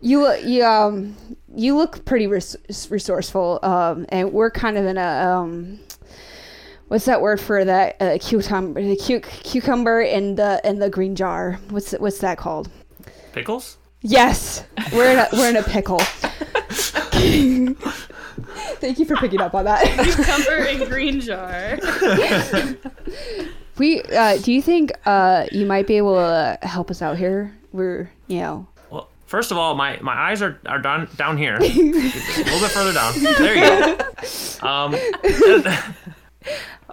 you look, you um, you look pretty res- resourceful. Um, and we're kind of in a um, what's that word for that uh, cucumber, the cu- cucumber in the in the green jar? What's what's that called? Pickles? Yes, we're in a we're in a pickle. Thank you for picking up on that. Cucumber and green jar. We uh, do you think uh, you might be able to help us out here? We're you know Well, first of all, my, my eyes are, are down down here, a little bit further down. There you go. Um,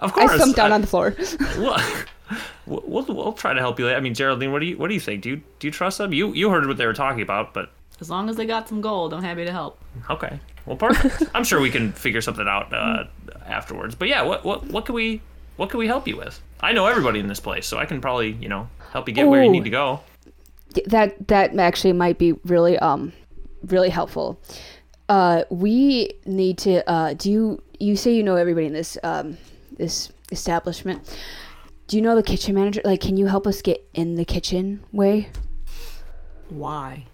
of course. I slumped down I- on the floor. we'll, we'll we'll try to help you. I mean, Geraldine, what do you what do you think? Do you do you trust them? You you heard what they were talking about, but As long as they got some gold, I'm happy to help. okay. Well, perfect. I'm sure we can figure something out uh, afterwards. But yeah, what what what can we what can we help you with? I know everybody in this place, so I can probably you know help you get where you Ooh. need to go. That that actually might be really um really helpful. Uh, we need to. Uh, do you you say you know everybody in this um this establishment? Do you know the kitchen manager? Like, can you help us get in the kitchen way? Why?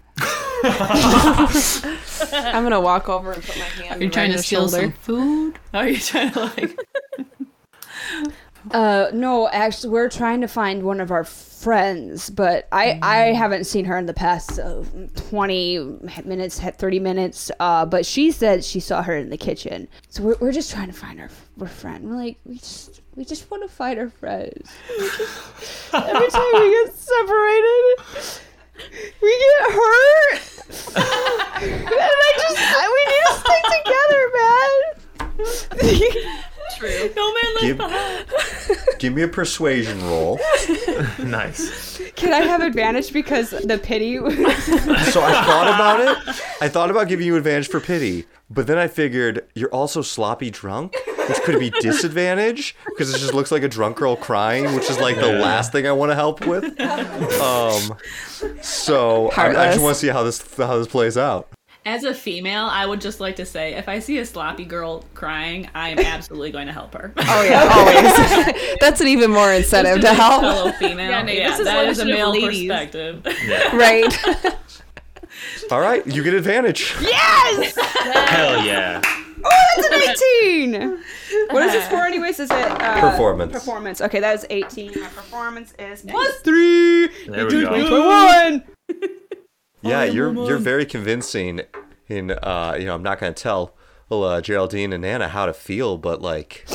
I'm gonna walk over and put my hand. You're trying to steal some shoulder. food? Are you trying to like? Uh, no, actually, we're trying to find one of our friends, but I I haven't seen her in the past uh, twenty minutes, thirty minutes. Uh, but she said she saw her in the kitchen, so we're, we're just trying to find our, our friend. We're like we just we just want to find our friends. We just- every time we get separated, we get hurt, and I just I, we need to stick together, man. True. Give, give me a persuasion roll. Nice. Can I have advantage because the pity? So I thought about it. I thought about giving you advantage for pity, but then I figured you're also sloppy drunk, which could be disadvantage because it just looks like a drunk girl crying, which is like the Yeah. last thing I want to help with. Um, so I, I Heartless. just want to see how this how this plays out. As a female, I would just like to say, if I see a sloppy girl crying, I am absolutely going to help her. Oh yeah, always. That's an even more incentive to Just as a help, fellow female. Yeah, Yeah, no, this is that is a leadership male ladies. perspective. right? All right, you get advantage. yes! Hell yeah. That's an 18! What is this for, anyways? Is it. Uh, Performance. Performance. Okay, that was 18. My performance is. Plus There we go. 21! Yeah, you're you're very convincing. In uh, you know, I'm not gonna tell well, uh, Geraldine and Anna how to feel, but like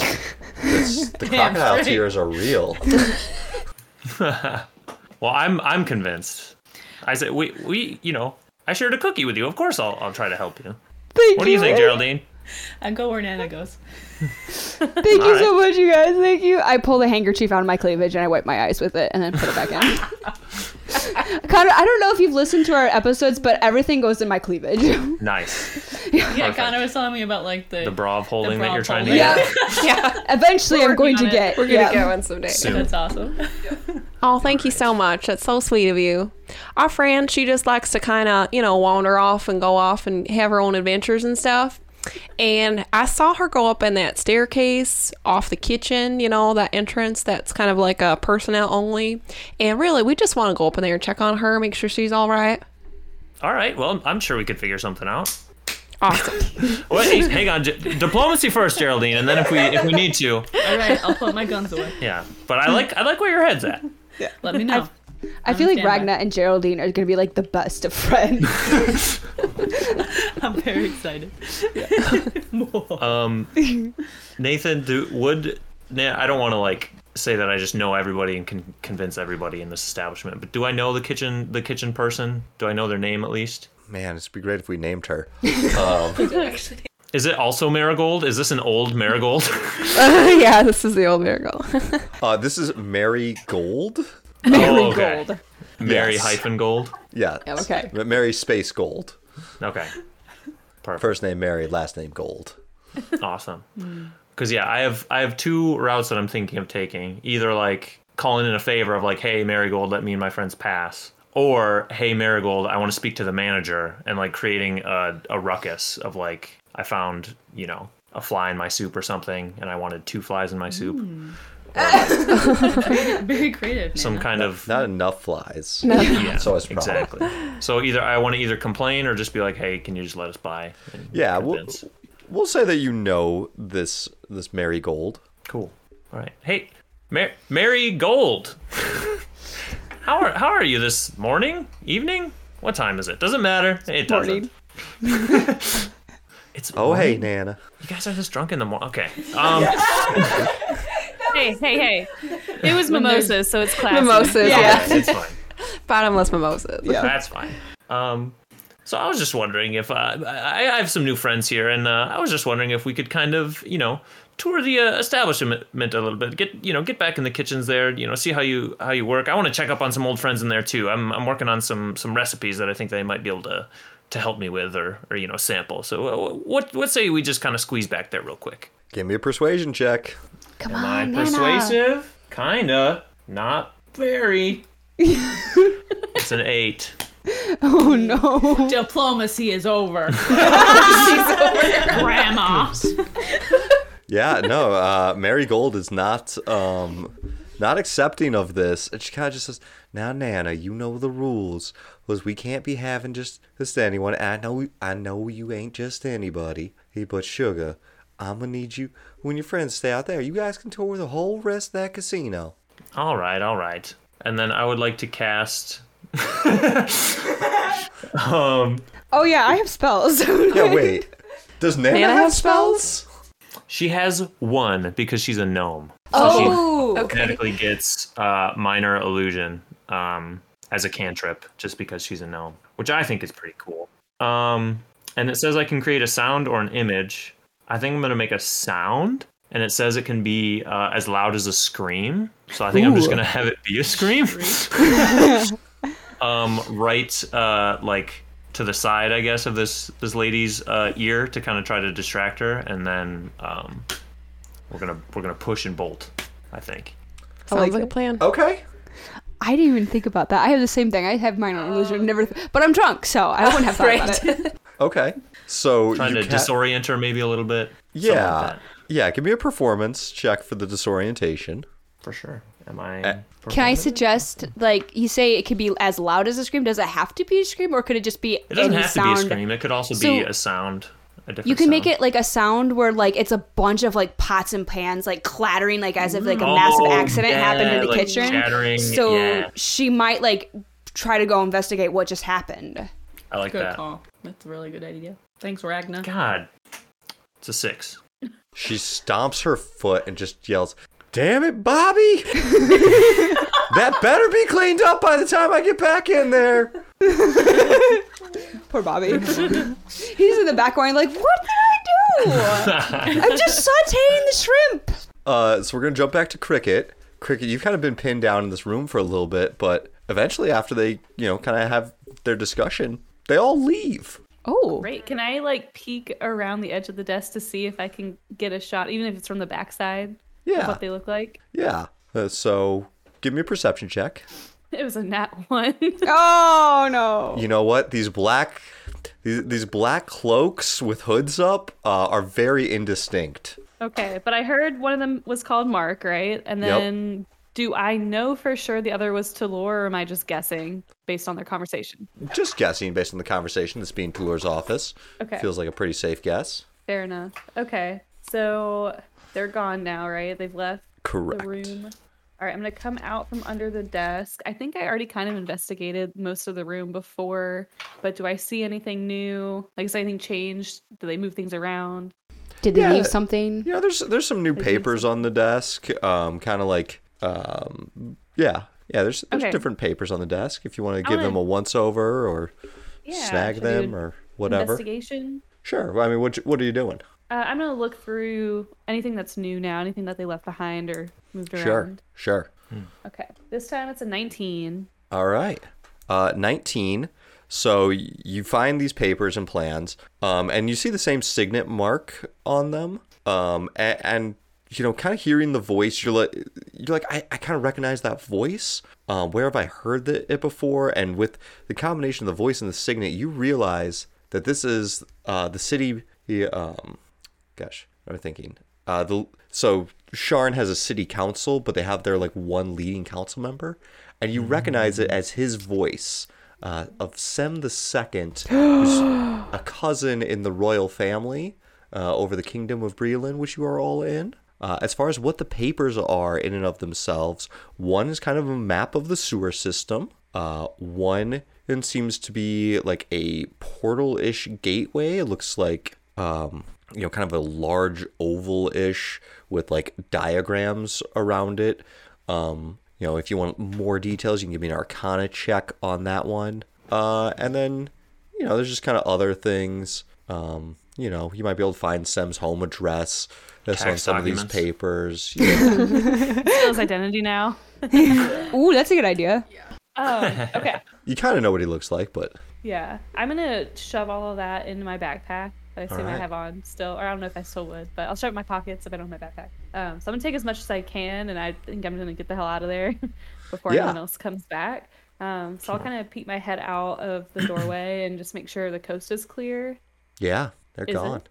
this, the crocodile tears are real. Well, I'm I'm convinced. I said, we, we, you know, I shared a cookie with you. Of course, I'll, I'll try to help you. Thank What do you think, Geraldine? I go where Nana goes. Thank you All so much, you guys. Thank you. I pull the handkerchief out of my cleavage and I wipe my eyes with it and then put it back in. Connor, I don't know if you've listened to our episodes, but everything goes in my cleavage. Nice. Yeah, Perfect. Connor was telling me about like the, The bra of holding that bra you're of trying to holding. get. yeah. yeah, Eventually, I'm going to working on get. we're gonna yeah. get one someday. Soon. That's awesome. Oh, thank you so much. That's so sweet of you. Our friend, she just likes to kind of, you know, wander off and go off and have her own adventures and stuff. And I saw her go up in that staircase off the kitchen, you know, that entrance that's kind of like a personnel only. And really, we just want to go up in there and check on her, make sure she's all right. All right. Well, I'm sure we could figure something out. Awesome. Wait, hang on. Ge- Diplomacy first, Geraldine, and then if we if we need to, All right, I'll put my guns away. yeah. But I like I like where your head's at. Let me know. I feel like Understand Ragna that. and Geraldine are going to be like the best of friends. I'm very excited. Um, Nathan, do, would nah, I don't want to like say that I just know everybody and can convince everybody in this establishment, but do I know the kitchen the kitchen person? Do I know their name at least? Man, it'd be great if we named her. Is it also Marigold? Is this an old Marigold? yeah, this is the old miracle. Uh, this is Mary Gold. Mary Gold. Oh, Mary Yes. hyphen Gold. Yeah. okay. M- Mary Space Gold. Okay, perfect. First name Mary, last name Gold. awesome. Because yeah, I have I have two routes that I'm thinking of taking. Either like calling in a favor of like, hey Marigold, let me and my friends pass, or hey Marigold, I want to speak to the manager and like creating a a ruckus of like I found you know a fly in my soup or something, and I wanted two flies in my soup. Very creative. Some Nana. kind of Not enough flies. yeah, So it's probably- exactly. So either I want to either complain or just be like, hey, can you just let us by? and Yeah, we'll, convince. we'll say that you know this this Mary Gold. Cool. All right. Hey, Mar- Mary Gold. how are how are you this morning? Evening? What time is it? Doesn't matter. It doesn't. Morning. it's Oh, hey, morning? Nana. You guys are just drunk in the morning. Okay. Um, Hey, hey, hey. It was mimosas, so it's classy. Mimosas, okay, yeah. it's fine. Bottomless mimosas. That's fine. Um, so I was just wondering if uh, I, I have some new friends here, and uh, I was just wondering if we could kind of, you know, tour the uh, establishment a little bit. Get you know, get back in the kitchens there. You know, see how you how you work. I want to check up on some old friends in there too. I'm I'm working on some some recipes that I think they might be able to to help me with or or you know sample. So uh, what what say we just kind of squeeze back there real quick? Give me a persuasion check. Come Am I on, Nana. persuasive? Kinda. Not very. it's an eight. Oh, no. Diplomacy is over. Grandma. Yeah, no, uh, Mary Gold is not um, not accepting of this. And she kind of just says, "Now, Nana, you know the rules. Was we can't be having just just anyone. I know, I know you ain't just anybody. Hey, but sugar, I'm gonna need you when your friends stay out there. You guys can tour the whole rest of that casino. All right, all right. And then I would like to cast. um, Oh, yeah, I have spells. Yeah, wait. Does Nana, Nana have has spells? spells? she has one because she's a gnome. Oh, Okay. Technically, gets uh, minor illusion um, as a cantrip just because she's a gnome, which I think is pretty cool. Um, and it says I can create a sound or an image. I think I'm gonna make a sound, and it says it can be uh, as loud as a scream. So I think I'm just Ooh. gonna have it be a scream. um, right, uh, like to the side, I guess, of this this lady's uh, ear to kind of try to distract her, and then um, we're gonna we're gonna push and bolt. I Oh. think. Sounds like like a plan. Okay. I didn't even think about that. I have the same thing. I have minor illusion. Never, th- but I'm drunk, so I wouldn't have thought about it. Okay. So Trying you to ca- disorient her maybe a little bit. something like Yeah. that. yeah, give me a performance check for the disorientation. for sure. Am Uh, I? Can I performing? suggest, like, you say it could be as loud as a scream? Does it have to be a scream, or could it just be It doesn't any have sound? to be a scream. It could also be So- a sound. A different You can make sound. it like a sound where like it's a bunch of like pots and pans like clattering like as if like a Oh, massive accident yeah, happened in the like kitchen. shattering, so yeah. she might like try to go investigate what just happened. I like Good that. call. That's a really good idea. Thanks, Ragna. God, it's a six. She stomps her foot and just yells, Damn it, Bobby! that better be cleaned up by the time I get back in there. Poor Bobby. He's in the back going like, what did I do? I'm just sauteing the shrimp. Uh, so we're gonna jump back to cricket. Cricket, you've kind of been pinned down in this room for a little bit, but eventually, after they, you know, kind of have their discussion, they all leave. Oh, Great. Can I like peek around the edge of the desk to see if I can get a shot, even if it's from the backside? Yeah. Of what they look like? Yeah. Uh, so give me a perception check. It was a nat one. oh no. You know what? These black, these, these black cloaks with hoods up uh, are very indistinct. okay, but I heard one of them was called Mark, right? And Yep. then do I know for sure the other was Talor, or am I just guessing based on their conversation? Just guessing based on the conversation that's being Tuler's office. Okay. Feels like a pretty safe guess. Fair enough. Okay, so they're gone now, right? They've left Correct. the room. All right, I'm gonna come out from under the desk. I think I already kind of investigated most of the room before, but do I see anything new? Like, is anything changed? Do they move things around? Did they Yeah. leave something? Yeah, there's there's some new papers on the desk. Um, kind of like, um, yeah, yeah. There's there's Okay. different papers on the desk if you want to give them wanna- a once over or Yeah, snag should we do them an or whatever. Investigation. Sure. Well, I mean, what what are you doing? Uh, I'm gonna look through anything that's new now, anything that they left behind or moved around. Sure, sure. Okay. This time it's a 19. All right. Uh, 19. So y- you find these papers and plans, um, and you see the same signet mark on them. Um, and, and you know, kind of hearing the voice, you're like, you're like, I, I kind of recognize that voice. Um, where have I heard the, it before? And with the combination of the voice and the signet, you realize that this is uh, the city. the, Um, gosh, what am I thinking? Uh, the so Sharn has a city council, but they have their like one leading council member, and you recognize it as his voice uh, of Sem the Second, who's a cousin in the royal family uh, over the kingdom of Breland, which you are all in. Uh, as far as what the papers are in and of themselves, one is kind of a map of the sewer system. Uh, one then seems to be like a portal-ish gateway. It looks like um, you know, kind of a large oval-ish with like diagrams around it. Um, you know, if you want more details, you can give me an Arcana check on that one. Uh, and then, you know, there's just kind of other things. Um, you know, you might be able to find Sem's home address. That's on Tax some of documents. these papers. Yeah. Still his identity now. Ooh, that's a good idea. Oh, okay. you kind of know what he looks like, but Yeah. I'm going to shove all of that into my backpack that I assume I right. have on still. Or I don't know if I still would, but I'll shove it in my pockets if I don't have my backpack. Um, so I'm going to take as much as I can, and I think I'm going to get the hell out of there before Yeah. anyone else comes back. Um, so I'll kind of peek my head out of the doorway and just make sure the coast is clear. yeah, they're Is it? gone.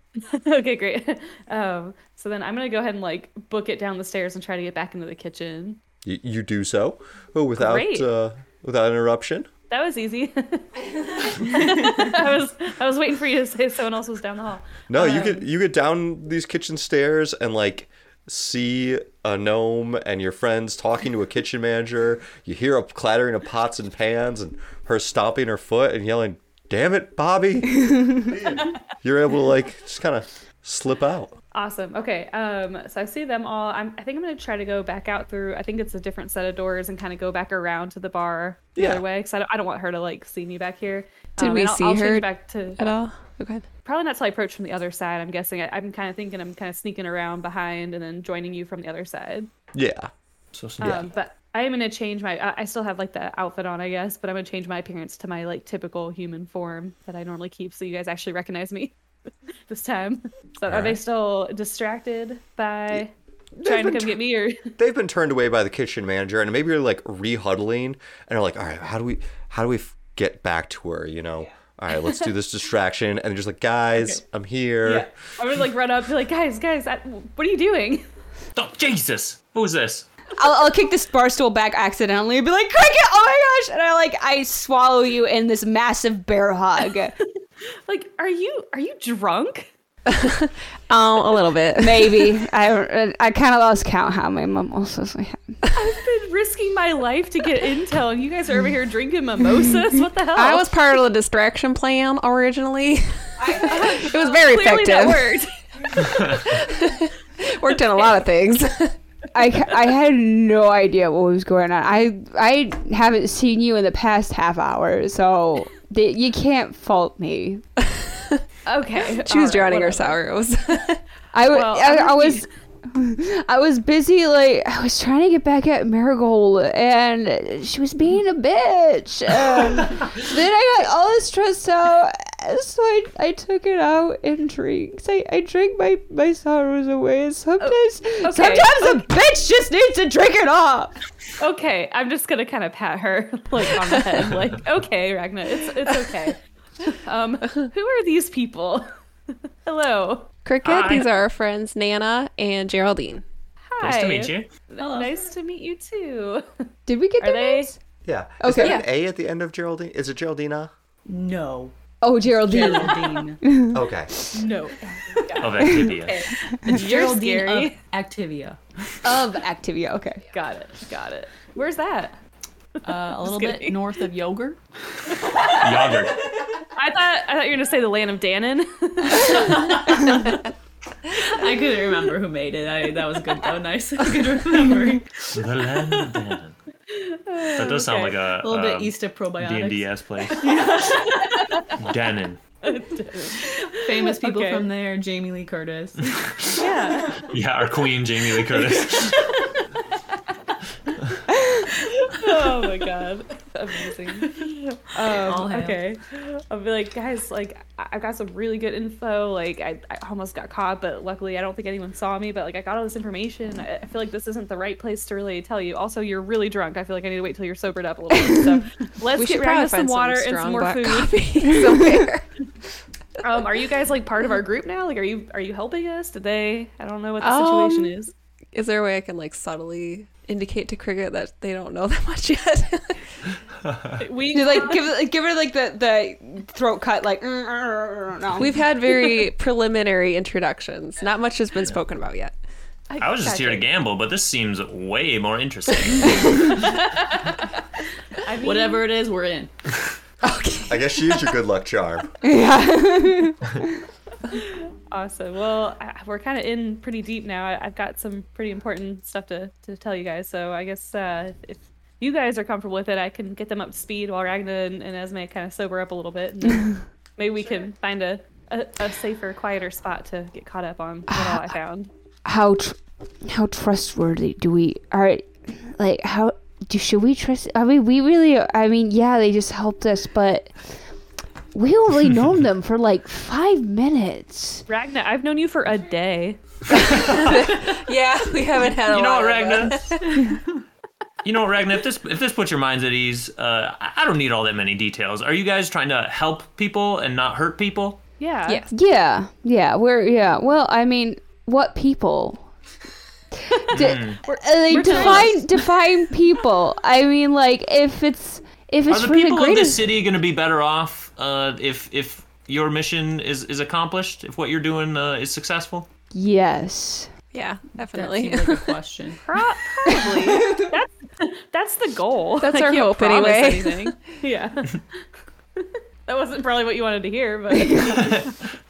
okay, great. Um, so then I'm going to go ahead and like book it down the stairs and try to get back into the kitchen. You, you do so oh, without Great. uh, without interruption. That was easy. I was I was waiting for you to say someone else was down the hall. No, you get you get down these kitchen stairs and like see a gnome and your friends talking to a kitchen manager. You hear a clattering of pots and pans and her stomping her foot and yelling, "Damn it, Bobby!" You're able to like just kind of slip out. Awesome. Okay. Um. So I see them all. I'm. I think I'm gonna try to go back out through. I think it's a different set of doors and kind of go back around to the bar the Yeah. other way because I don't, I don't want her to like see me back here. Did Um, we and I'll, see I'll her? Change back to At all? Okay. probably not till I approach from the other side. I'm guessing. I, I'm kind of thinking. I'm kind of sneaking around behind and then joining you from the other side. Yeah. So some Um, but I am gonna change my. I, I still have like the outfit on, I guess, but I'm gonna change my appearance to my like typical human form that I normally keep, so you guys actually recognize me this time. So are they right. still distracted by trying to been come get me, or they've been turned away by the kitchen manager and maybe you're like re-huddling and are like all right how do we how do we f- get back to her you know all right let's do this distraction and they're just like guys i'm here yeah. I'm gonna like run up, be like, guys, guys, I, what are you doing? Oh, Jesus! Who is this? I'll, I'll kick this bar stool back accidentally and be like, cricket, oh my gosh. And I like, I swallow you in this massive bear hug. Like, are you are you drunk? Um, a little bit. Maybe. I, I kind of lost count how many mimosas we had. I've been risking my life to get intel, and you guys are over here drinking mimosas. What the hell? I was part of the distraction plan originally. it was very clearly that effective. worked. Worked on a lot of things. I, ca- I had no idea what was going on. I I haven't seen you in the past half hour, so th- you can't fault me. Okay. She was all right, drowning her whatever. sorrows. I, w- Well, I, I'm I was I was busy like I was trying to get back at Marigold and she was being a bitch. Um, then I got all this stressed out, so I, I took it out in drinks. I, I drink my, my sorrows away. And sometimes sometimes a bitch just needs to drink it off. Okay, I'm just gonna kind of pat her like on the head, like, okay, Ragna, it's it's okay. Um, who are these people? Hello. Cricket, Hi. these are our friends Nana and Geraldine. Hi. Nice to meet you. Hello. Nice to meet you too. Did we get Are their they? names? Yeah. Is there Okay. an A at the end of Geraldine? Is it Geraldina? No. Oh, Geraldine. Geraldine. Okay. no. Of Activia. Geraldine scary. of Activia. of Activia. Okay. Got it. Got it. Where's that? Uh, a little bit kidding. north of Yogurt. Yogurt. I thought I thought you were gonna say the land of Danon. I couldn't remember who made it. I, that was good though. Nice. good remembering. the land of Danon. That does sound Okay. like a, A little bit um, east of probiotics. D&DS place. Danon. Famous people Okay. from there. Jamie Lee Curtis. yeah. Yeah, our queen Jamie Lee Curtis. Oh my god. Amazing. All Um, hail. okay. I'll be like, guys, like I- I've got some really good info. Like I, I almost got caught, but luckily I don't think anyone saw me. But like I got all this information. I, I feel like this isn't the right place to really tell you. Also, you're really drunk. I feel like I need to wait till you're sobered up a little bit. So let's We get should probably Ragna some find water some and strong some more black food. coffee somewhere. Um, are you guys like part of our group now? Like, are you are you helping us? Did they? I don't know what the Um, situation is. Is there a way I can like subtly indicate to Cricket that they don't know that much yet? We You like give like, give her like the the throat cut like mm, mm, mm, mm, no. We've had very preliminary introductions. Not much has been spoken about yet. I was just here to Gotcha. gamble, but this seems way more interesting. I mean, Whatever it is, we're in. I guess she is your good luck charm. Awesome. Well, I, we're kind of in pretty deep now. I, I've got some pretty important stuff to, to tell you guys. So I guess uh, if you guys are comfortable with it, I can get them up to speed while Ragna and, and Esme kind of sober up a little bit. And then maybe we can find a, a, a safer, quieter spot to get caught up on what all I found. how tr- how trustworthy do we are like how do should we trust i mean we really i mean yeah they just helped us but we only known them for like five minutes Ragna, I've known you for a day. Yeah, we haven't had a You know what, lot of Ragna? you know what, Ragna? If this if this puts your minds at ease, uh, I I don't need all that many details. Are you guys trying to help people and not hurt people? Yeah. Yes. yeah yeah we're yeah well i mean what people Hmm. De- uh, like, define define people i mean like if it's if Are it's the for the people of this greatest city going to be better off uh, if if your mission is is accomplished? If what you're doing uh, is successful? yes Yeah, That definitely. seems like a question. Pro- probably. that's, that's the goal. That's I our can't hope promise anyway. anything. Yeah. that wasn't probably what you wanted to hear, but.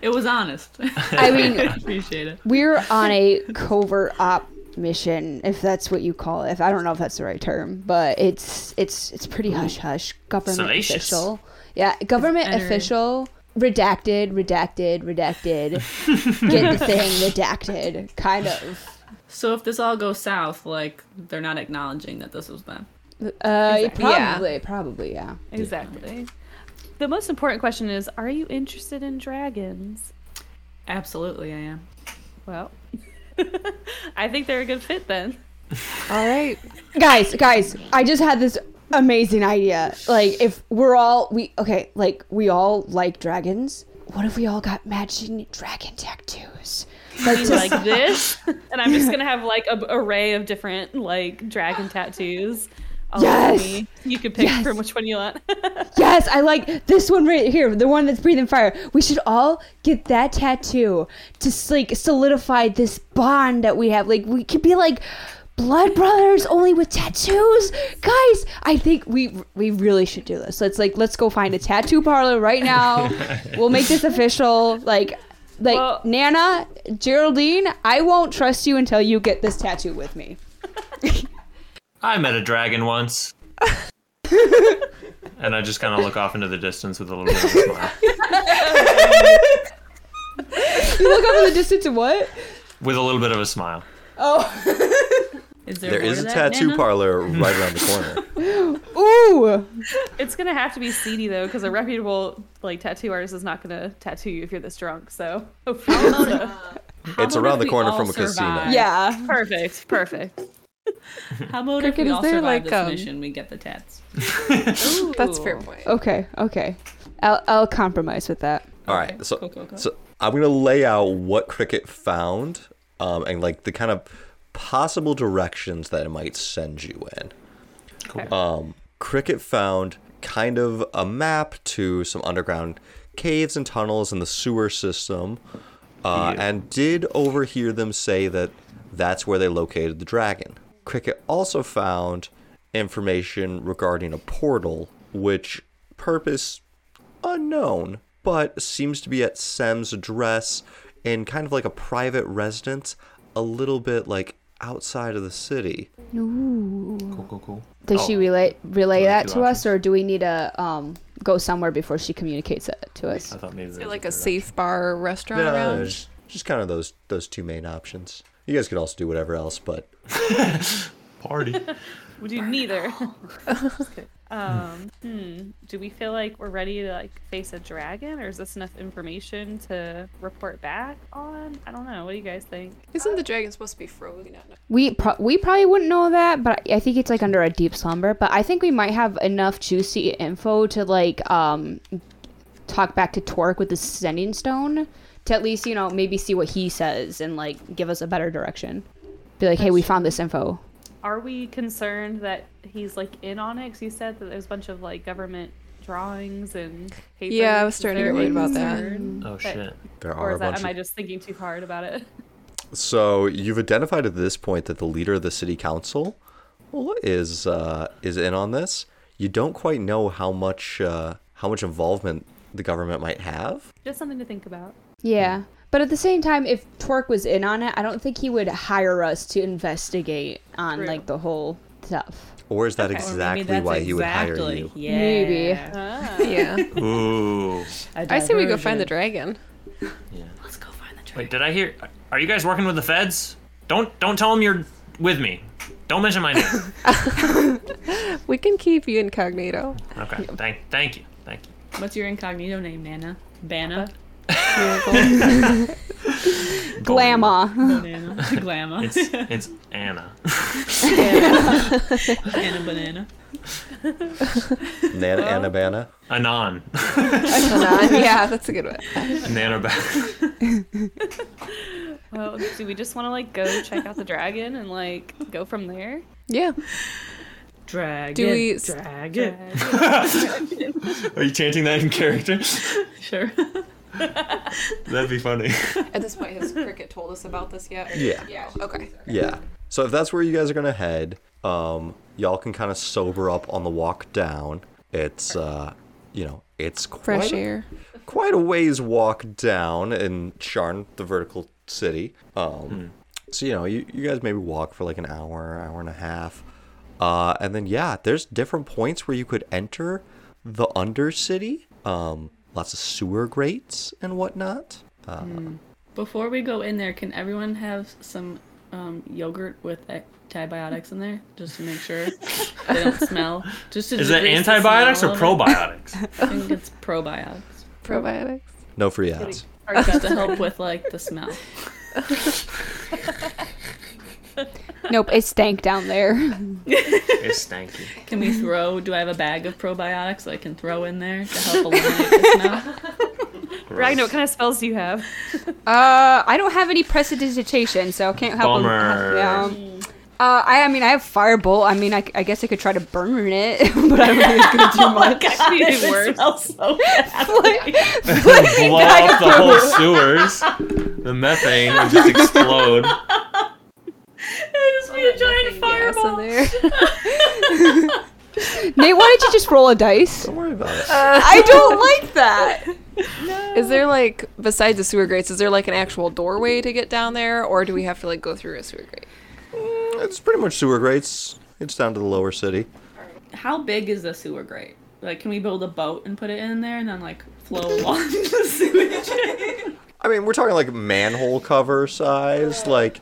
It was honest. i mean Appreciate it. We're on a covert op mission, if that's what you call it. If I don't know if that's the right term, but it's it's it's pretty hush hush. Government Salacious. official, yeah, government Enter- official. Redacted, redacted, redacted. Get the thing redacted, kind of. So if this all goes south, like they're not acknowledging that this was them. Uh, Yeah. probably, probably, yeah. Exactly. The most important question is Are you interested in dragons? Absolutely, I am. Well, I think they're a good fit then. All right. guys guys i just had this amazing idea like if we're all we okay like we all like dragons what if we all got matching dragon tattoos like, He's just, like this, and I'm just gonna have like an array of different like dragon tattoos. all over Yes! me. you could pick Yes! from which one you want. yes i like this one right here the one that's breathing fire we should all get that tattoo to s- like solidify this bond that we have like we could be like blood brothers only with tattoos guys i think we we really should do this let's like let's go find a tattoo parlor right now we'll make this official like Like Well- Nana, Geraldine, I won't trust you until you get this tattoo with me. I met a dragon once. and I just kind of look off into the distance with a little bit of a smile. You look up in the distance and what? With a little bit of a smile. Oh, Is there, There more is to a that, Uh-huh. tattoo Nana? parlor right around the corner. ooh. It's gonna have to be seedy though, because a reputable like tattoo artist is not gonna tattoo you if you're this drunk. So hopefully it's Oh, a- How It's about around if the we corner all from a casino. survive? Yeah. perfect, perfect. How about Cricket, if we is all there, survive like, this um, mission, we get the tats? That's a fair point. Okay. Okay. I'll I'll compromise with that. All right, so cool, cool, cool. so I'm gonna lay out what cricket found, um, and like the kind of possible directions that it might send you in. Cool. Um, cricket found kind of a map to some underground caves and tunnels in the sewer system, uh, and did overhear them say that that's where they located the dragon. Cricket also found information regarding a portal, which purpose unknown, but seems to be at Sem's address in kind of like a private residence, a little bit like outside of the city. Cool, cool, cool. Does she relay relay that two to us, or do we need to um go somewhere before she communicates it to us? I thought maybe there was Like a a third safe bar or restaurant No, around. just, just kind of those those two main options. You guys could also do whatever else, but party. Oh, We do neither. Just kidding. um, hmm. Do we feel like we're ready to like face a dragon, or is this enough information to report back on? I don't know. What do you guys think? Isn't the dragon supposed to be frozen? We pro- we probably wouldn't know that, but I think it's like under a deep slumber. But I think we might have enough juicy info to like um talk back to Torque with the sending stone to at least you know maybe see what he says and like give us a better direction. Be like, hey, we found this info. Are we concerned that he's like in on it? 'Cause you said that there's a bunch of like government drawings and papers. Yeah, I was Is starting to there get worried any about that. concern Oh, shit. there Or are a is that, bunch am I of. just thinking too hard about it? So you've identified at this point that the leader of the city council is uh, is in on this. You don't quite know how much uh, how much involvement the government might have. Just something to think about. Yeah. But at the same time, if Torque was in on it, I don't think he would hire us to investigate on True. like the whole stuff. Or is that Or maybe exactly that's why he would hire exactly- you? Yeah. Maybe. Yeah. Ooh. A I say we go diversion. find the dragon. Let's go find the dragon. Wait, did I hear? Are you guys working with the feds? Don't don't tell them you're with me. Don't mention my name. We can keep you incognito. Okay. Thank thank you. Thank you. What's your incognito name, Nana? Banna? Glamma. Nana. Glama. It's it's Anna. Anna Banana. Nana Anabana. Anon. yeah, that's a good one. Nana back. Well, do we just want to like go check out the dragon and like go from there? Yeah. Dragon. Do we s- Dragon. Are you chanting that in character? Sure. That'd be funny. At this point, has Cricket told us about this yet? Yeah. Yeah. Okay. Yeah. So if that's where you guys are gonna head, um, y'all can kind of sober up on the walk down. It's uh, you know, it's quite Fresh a, air. quite a ways walk down in Sharn, the vertical city. Um, so you know, you, you guys maybe walk for like an hour, hour and a half, uh, and then yeah, there's different points where you could enter the undercity. Um, lots of sewer grates and whatnot. Before we go in there, can everyone have some um, yogurt with a- antibiotics in there, just to make sure they don't smell? Just to Is it decrease the antibiotics or smell of it. probiotics? I think it's probiotics, Probiotics. No free ads. just to help with like the smell. nope, it stank down there. it's stanky. Can we throw? Do I have a bag of probiotics that I can throw in there to help eliminate the smell? Ragnar, what kind of spells do you have? Uh, I don't have any prestidigitation, so I can't help. Bummer. Yeah. um, Uh, I, I mean, I have firebolt. I mean, I, c- I guess I could try to burn it, but I don't think it's gonna do much. It works. Blow off the whole sewers. The methane would just explode. just be a giant Yes, in there. Nate, why don't you just roll a dice? Don't worry about it. I don't like that. Is there like besides the sewer grates, is there like an actual doorway to get down there, or do we have to like go through a sewer grate? It's pretty much sewer grates. It's down to the lower city. How big is the sewer grate? Like, can we build a boat and put it in there and then like flow along the sewage? I mean, we're talking like manhole cover size. Like,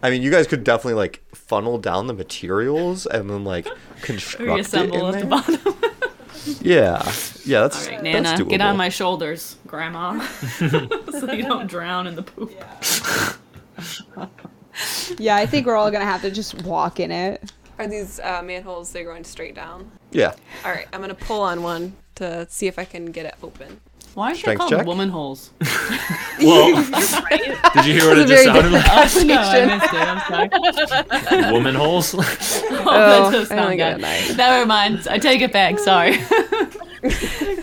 I mean, you guys could definitely like funnel down the materials and then like construct it Reassemble in at the there. bottom. Yeah, yeah, that's, Nana, that's doable. get on my shoulders, Grandma, so you don't drown in the poop. Yeah, I think we're all gonna have to just walk in it. Are these uh, manholes they're going straight down? yeah. All right, I'm gonna pull on one to see if I can get it open. Why is it Strength called check? woman holes? Well, did you hear what it just sounded like? Oh, no, I missed it. I'm sorry. Woman holes. Oh, that does I don't sound get good. it either. Never mind. I take it back. Sorry.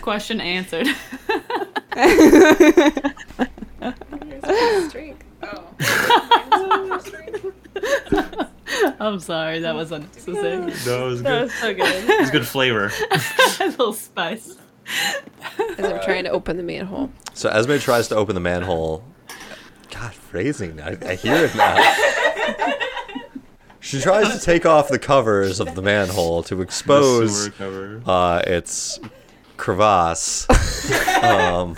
Question answered. Oh. I'm sorry. That was unnecessary. no, it was good. so good. It was good flavor. A little spice. As I'm trying to open the manhole. So Esme tries to open the manhole. God, phrasing. I, I hear it now. She tries to take off the covers of the manhole to expose Sewer cover. uh, its crevasse. um,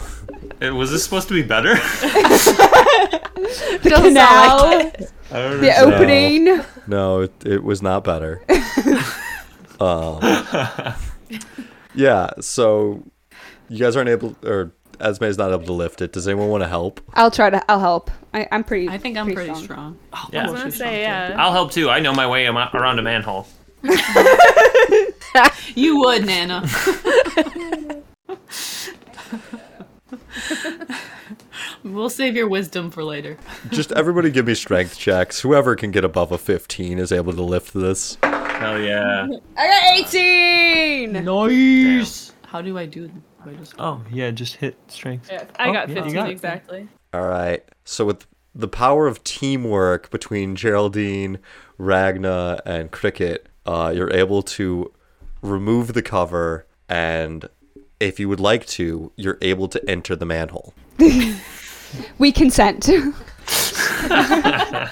Uh, was this supposed to be better? The canal, I don't the know. opening. no, it, it was not better. um, yeah, so you guys aren't able, or Esme's not able to lift it. Does anyone want to help? I'll try to. I'll help. I, I'm pretty. I think I'm pretty strong. Oh, Yeah. I'm I was I actually say, strong, yeah. I'll help too. I know my way am- around a manhole. too. You would, Nana. we'll save your wisdom for later. Just everybody give me strength checks. Whoever can get above a 15 is able to lift this. Hell yeah. I got 18. Nice. How do I do? th- do I just- Oh yeah, just hit strength. Yeah, I Oh, got yeah, you 15 got it. exactly. All right. So with the power of teamwork between Geraldine, Ragna, and Cricket, uh, you're able to remove the cover, and if you would like to, you're able to enter the manhole. We consent.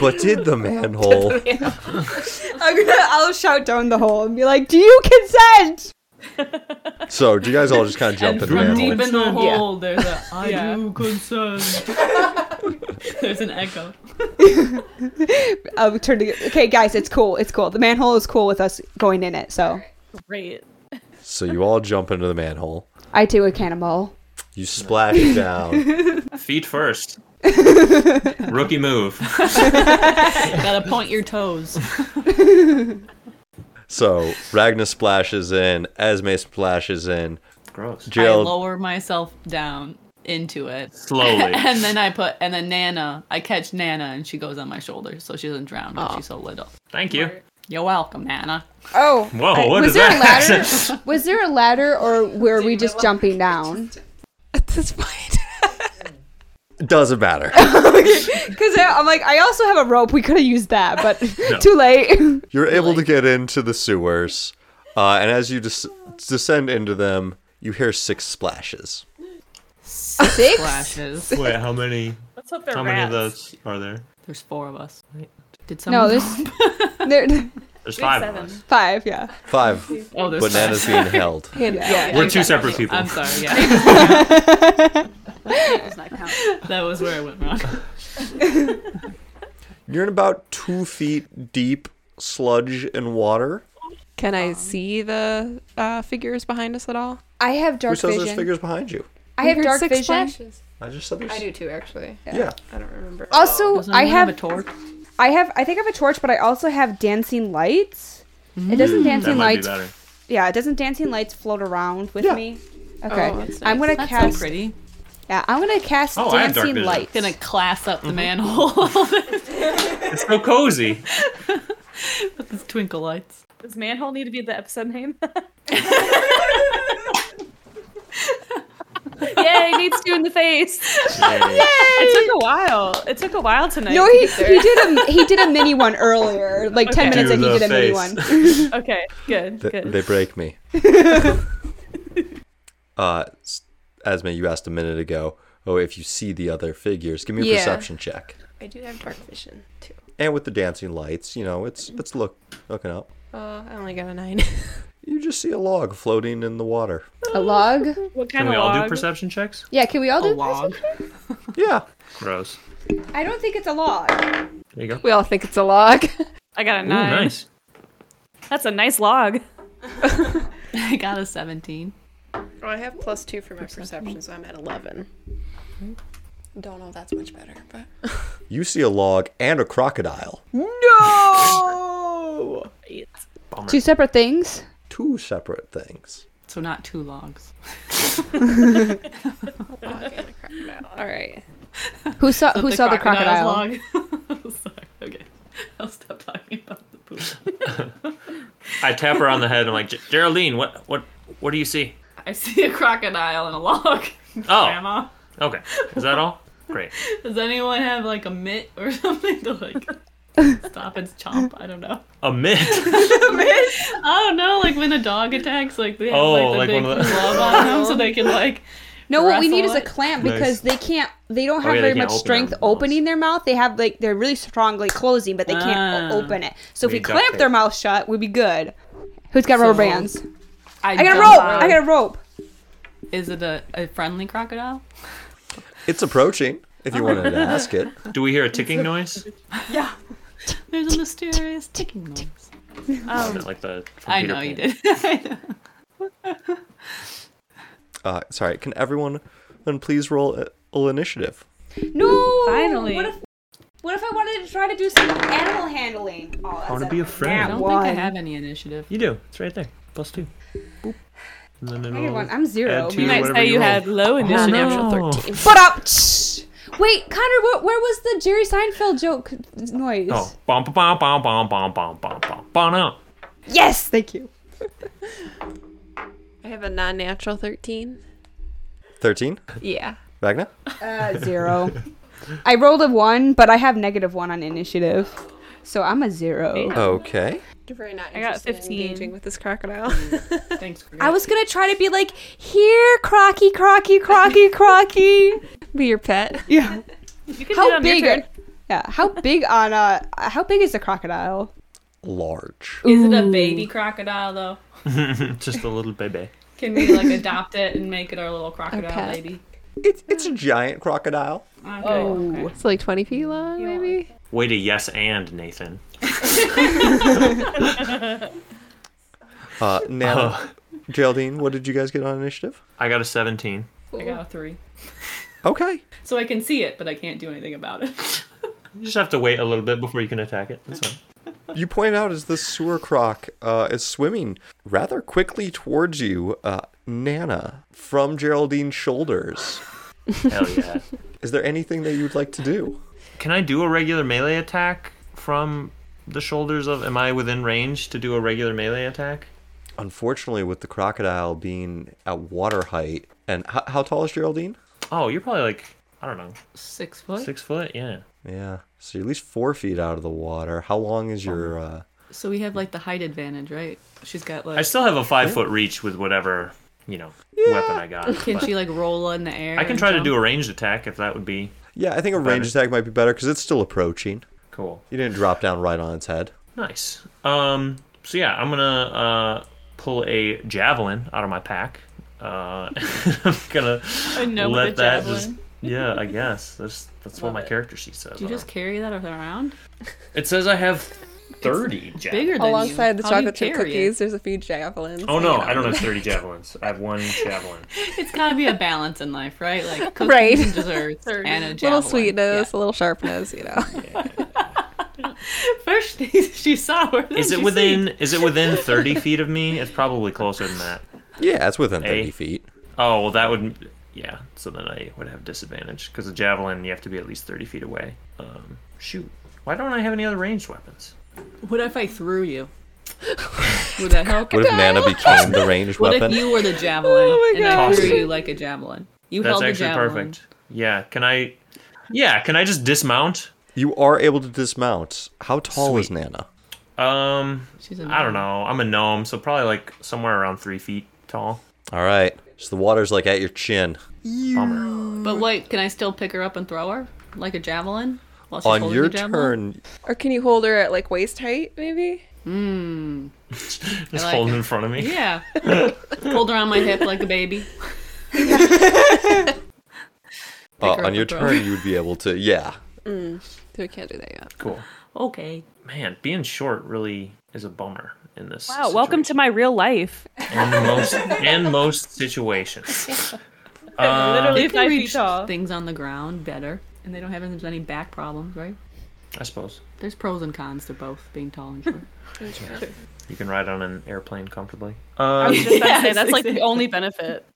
But did the manhole? I'm gonna. I'll shout down the hole and be like, "Do you consent?" So do you guys all just kind of jump in And the from manhole? deep in the Yeah. hole, there's a I Yeah. do consent. there's an echo. I'll turn to. Okay, guys, it's cool. It's cool. The manhole is cool with us going in it. So Great. So you all jump into the manhole. I do a cannonball. You splash down. Feet first. Rookie move. Gotta point your toes. So Ragna splashes in. Esme splashes in. Gross. I Gerald lower myself down into it. Slowly. and then I put, and then Nana, I catch Nana and she goes on my shoulder so she doesn't drown because she's so little. Thank you. You're welcome, Nana. Oh. Whoa, I- what was is there that? a ladder? was there a ladder, or were we just jumping down? At this point, doesn't matter. Because I'm like, I also have a rope. We could have used that, but No. too late. You're able to get into the sewers, uh, and as you des- descend into them, you hear six splashes. Six. Flashes. Wait, how many? Let's hope they're How many of rats. those are there? There's four of us. Did No, someone? there's there, There's five seven. of us. five. Yeah. Five oh, there's bananas being held. Yeah. We're two separate people. I'm sorry. Yeah, that was where I went wrong. You're in about two feet deep sludge and water. can I see the uh, figures behind us at all? I have Who dark says there's vision. figures behind you? I have dark vision. I just said there's. I do too, actually. Yeah. I don't remember. Also, Does I anyone have, a torch. I have I think I have a torch, but I also have dancing lights. It doesn't Mm, That dancing might lights. be better. yeah, it doesn't dancing lights float around with Yeah. me. Okay, Oh, I'm gonna That's cast. so pretty. Yeah, I'm gonna cast Oh, I have dark dancing vision. lights. Gonna class up Mm-hmm. the manhole. It's so cozy. Those twinkle lights. Does manhole need to be the episode name? Yay, needs two in the face. It took a while. It took a while tonight. No, to he, get there. he did a he did a mini one earlier, like ten Okay. minutes, Do and he the did a mini face. one. Okay, good, Th- good. they break me. Uh, s- Esme, you asked a minute ago. Oh, if you see the other figures, give me a Yeah. perception check. I do have dark vision too. And with the dancing lights, you know, it's it's look looking up. Uh, I only got a nine. You just see a log floating in the water. A log? What kind Can we of all do log? perception checks? Yeah, can we all Oh, do Yeah. Gross. I don't think it's a log. There you go. Ooh, we all think it's a log. I got a nine. nice. That's a nice log. I got a 17. Well, Oh, I have plus two for my perception, so I'm at eleven. Don't know if that's much better, but You see a log and a crocodile. no. Two separate things? Two separate things. So not two logs. All right. Who saw who saw the crocodile? crocodile's log. Sorry. Okay. I'll stop talking about the poop. I tap her on the head. I'm like, "Ge- Geraldine, what, what, what do you see? I see a crocodile and a log. Oh, Grandma. okay. Is that all? Great. Does anyone have like a mitt or something to like stop its chomp? I don't know. A myth. I don't know, like when a dog attacks, like they have Oh, like the like big one of the- glove on them so they can like No, Oh, what we need is Wrestle a it. clamp Nice. because they can't. They don't Oh, have yeah, they very much can't open their strength mouths. opening their mouth. They have like they're really strongly closing, but they can't o- Ah. open it. So if We we need duct clamp tape. their mouth shut, we'd be good. Who's got rubber bands? I got a jump rope. out. I got a rope. Is it a, a friendly crocodile? It's approaching, if you wanted to ask it. Do we hear a ticking noise? There's a mysterious ticking noise. Um, like the. from I Peter know you Pan. did. Uh, sorry, can everyone then please roll uh, a, roll initiative? No. Finally. What if, what if I wanted to try to do some animal handling? Oh, I wanna be a friend. I don't one. think I have any initiative. You do. It's right there. Plus two. Boop. And then it'll one. I'm zero. add You two, You might whatever say you roll. had low initiative. no. Oh. But up. Wait, Connor. What, where was the Jerry Seinfeld joke noise? Oh, bom bom bom bom bom bom bom bom bom bom. no. Yes. Thank you. I have a non-natural thirteen. 13? Yeah. Ragna? Uh, zero. I rolled a one, but I have negative one on initiative, so I'm a zero. Okay. You're very not I got interested in 15. engaging with this crocodile. Thanks for I was gonna try to be like, here, crocky, crocky, crocky, crocky. Be your pet. Yeah. You can do it How on your big? turn. Are, yeah. How big on uh? How big is the crocodile? Large. Is it a baby crocodile though? Just a little baby. Can we like adopt it and make it our little crocodile pet. baby? It's, it's a giant crocodile. Okay. Oh. It's like twenty feet long, maybe. Way to yes and Nathan. Uh, Nana, Geraldine, what did you guys get on initiative? I got a 17. I got a three. Okay. So I can see it, but I can't do anything about it. You just have to wait a little bit before you can attack it. That's fine. You point out as this sewer croc uh, is swimming rather quickly towards you, uh, Nana, from Geraldine's shoulders. Hell yeah. Is there anything that you'd like to do? Can I do a regular melee attack from the shoulders of. Am I within range to do a regular melee attack? Unfortunately, with the crocodile being at water height, and how, how tall is Geraldine? Oh, you're probably like, I don't know, Six foot. six foot? Yeah. Yeah, so you're at least four feet out of the water. How long is your? Uh... So we have like the height advantage, right? She's got like. I still have a five foot reach with whatever, you know, weapon I got. can but she like roll in the air? I can and try to jump? do a ranged attack if that would be Yeah, I think a range attack might be better because it's still approaching. cool. You didn't drop down right on its head. Nice. Um, so yeah, I'm gonna uh, pull a javelin out of my pack. Uh, I'm gonna I know with let a that javelin. just. Yeah, I guess that's that's what my character sheet says. Do you I don't just carry that around? know. It says I have thirty javelins. Bigger than Alongside you. the How do you chocolate chip carry it? cookies, there's a few javelins. Oh no, I don't have thirty javelins. I have one javelin. It's gotta be a balance in life, right? Like cookies Right. and desserts and a little javelin. sweetness, a little sharpness, you know. Yeah. First she, she saw her. then Is it she within? seen- Is it within thirty feet of me? It's probably closer than that. Yeah, it's within thirty Hey. feet. Oh well, that would. Yeah, so then I would have disadvantage because the javelin you have to be at least thirty feet away. Um, shoot, why don't I have any other ranged weapons? What if I threw you? Would that help? What if Nana became the ranged What weapon? if you were the javelin Oh and I gosh. threw you like a javelin? You That's held the actually javelin. perfect. Yeah, can I? Yeah, can I just dismount? You are able to dismount. How tall is Sweet. Nana? Um, She's a I don't know. I'm a gnome, so probably like somewhere around three feet tall. All right. So the water's like at your chin. Bummer. But wait, can I still pick her up and throw her like a javelin? while she's On holding your the javelin? turn, Or can you hold her at like waist height, maybe? Just like holding it. in front of me. Yeah. Hold her on my hip like a baby. uh, her on up your and throw turn, you would be able to. Yeah. So we can't do that yet. Cool. Okay. Man, being short really is a bummer in this. Wow, Oh, welcome to my real life. and most and most situations. I'm literally They can five feet reach tall. things on the ground better, and they don't have as many back problems, right? I suppose There's pros and cons to both being tall and short. you can ride on an airplane comfortably. Um, Just about to say, Yes, that's like the exactly. only benefit.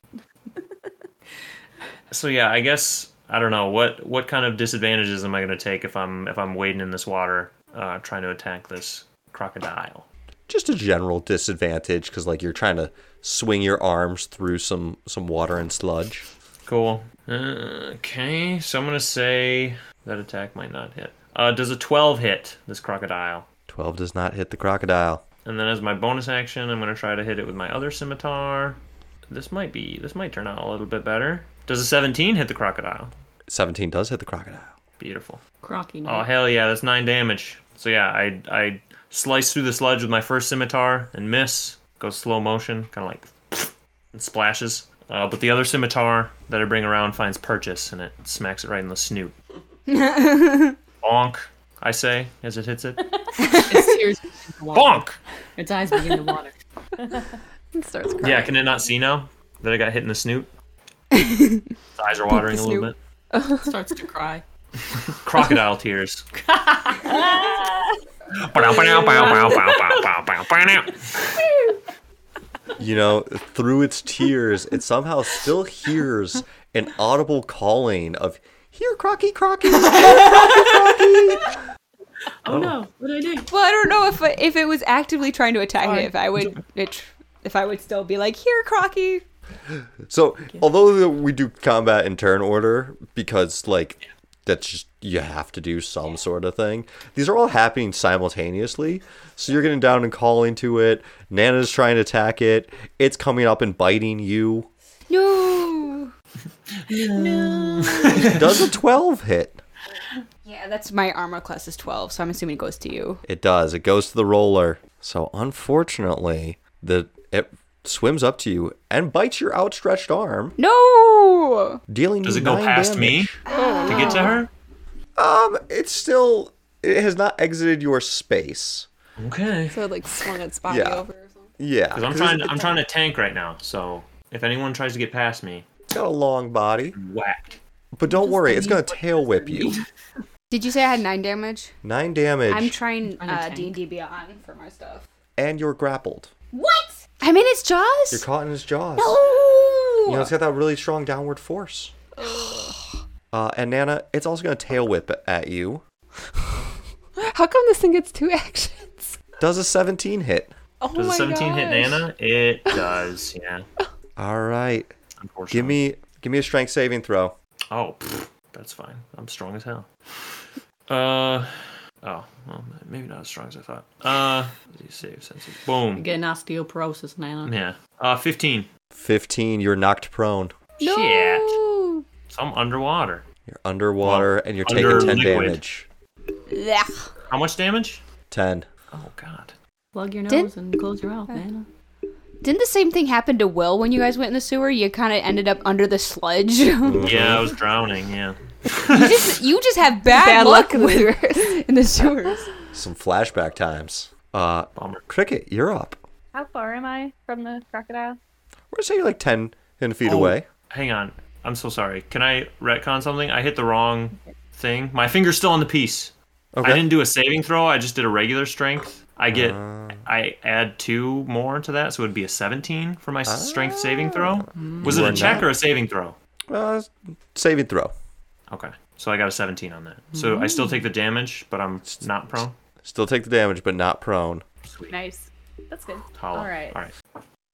so yeah, I guess I don't know what what kind of disadvantages am I going to take if I'm if I'm wading in this water uh, trying to attack this crocodile. Just a general disadvantage because like you're trying to swing your arms through some some water and sludge. Cool. Uh, okay, so I'm gonna say that attack might not hit. Uh, does a 12 hit this crocodile? Twelve does not hit the crocodile. And then as my bonus action, I'm gonna try to hit it with my other scimitar. This might be this might turn out a little bit better. Does a 17 hit the crocodile? Seventeen does hit the crocodile. Beautiful. Crocky. Oh hell yeah, that's nine damage. So yeah, I I slice through the sludge with my first scimitar and miss. Goes slow motion, kind of like and splashes. Uh, but the other scimitar that I bring around finds purchase and it smacks it right in the snoot. Bonk, I say as it hits it. Its tears begin to water. Bonk. Its eyes begin to water. It starts crying. Yeah, can it not see now that I got hit in the snoot? Its eyes are watering a little snoot. bit. It starts to cry. Crocodile tears. That's You know, through its tears, it somehow still hears an audible calling of "Here, crocky, crocky." Oh, no! What did I do? Well, I don't know if uh, if it was actively trying to attack me, if I would it, if I would still be like, here, Crocky. So, although we do combat in turn order because like that's just you have to do some sort of thing. These are all happening simultaneously. So you're getting down and calling to it. Nana's trying to attack it. It's coming up and biting you. No. Does a 12 hit? Yeah, that's my armor class is twelve, so I'm assuming it goes to you. It does. It goes to the roller. So unfortunately, the it swings up to you and bites your outstretched arm, No. dealing Does you it go nine past me damage. to get to her? Um, it's still it has not exited your space. Okay. So it like swung its body Yeah. over or something. Yeah, Because I'm 'cause trying, it's- I'm trying to tank right now. So if anyone tries to get past me, It's got a long body, whacked. but don't worry, it's gonna tail whip you. Did you say I had nine damage? Nine damage, I'm trying a uh, tank. D&D Beyond for my stuff. and you're grappled. What? I'm in its jaws. You're caught in his jaws. Ooh. You know, it's got that really strong downward force. Uh, and Nana, it's also gonna tail whip at you. How come this thing gets two actions? Does a 17 hit? Oh Does a my 17 hit gosh. Nana? It does. Yeah. All right, Unfortunately. give me give me a strength saving throw. Oh, pfft, that's fine. I'm strong as hell. Uh. Oh, well, maybe not as strong as I thought. Uh, you save senses. Boom. Getting osteoporosis, Nana. Yeah. Uh, 15. 15. You're knocked prone. Shit. Ooh. So I'm underwater. You're underwater, Well, and you're under taking 10 liquid. damage. Blech. How much damage? 10. Oh God. Plug your nose Did- and close your mouth, Nana. Didn't the same thing happen to Will when you guys went in the sewer? You kind of ended up under the sludge. you Yeah, I was drowning. Yeah. just you just have bad, Bad luck, luck in the sewers. in the sewers. Some flashback times. Uh, Bummer. Cricket, you're up. How far am I from the crocodile? We're gonna say you're like 10, 10 feet Oh, away. Hang on. I'm so sorry. Can I retcon something? I hit the wrong thing. My finger's still on the piece. Okay. Uh. I didn't do a saving throw. I just did a regular strength. I get. I add two more to that, so it would be a 17 for my s- strength saving throw. Was Ah. Hmm. You it are a check not- or a saving throw? Uh, saving throw. Okay. So I got a 17 on that. So I still take Hmm. the damage, but I'm not prone. Still take the damage, but not prone. Sweet. Nice. That's good. Holla. All right. All right.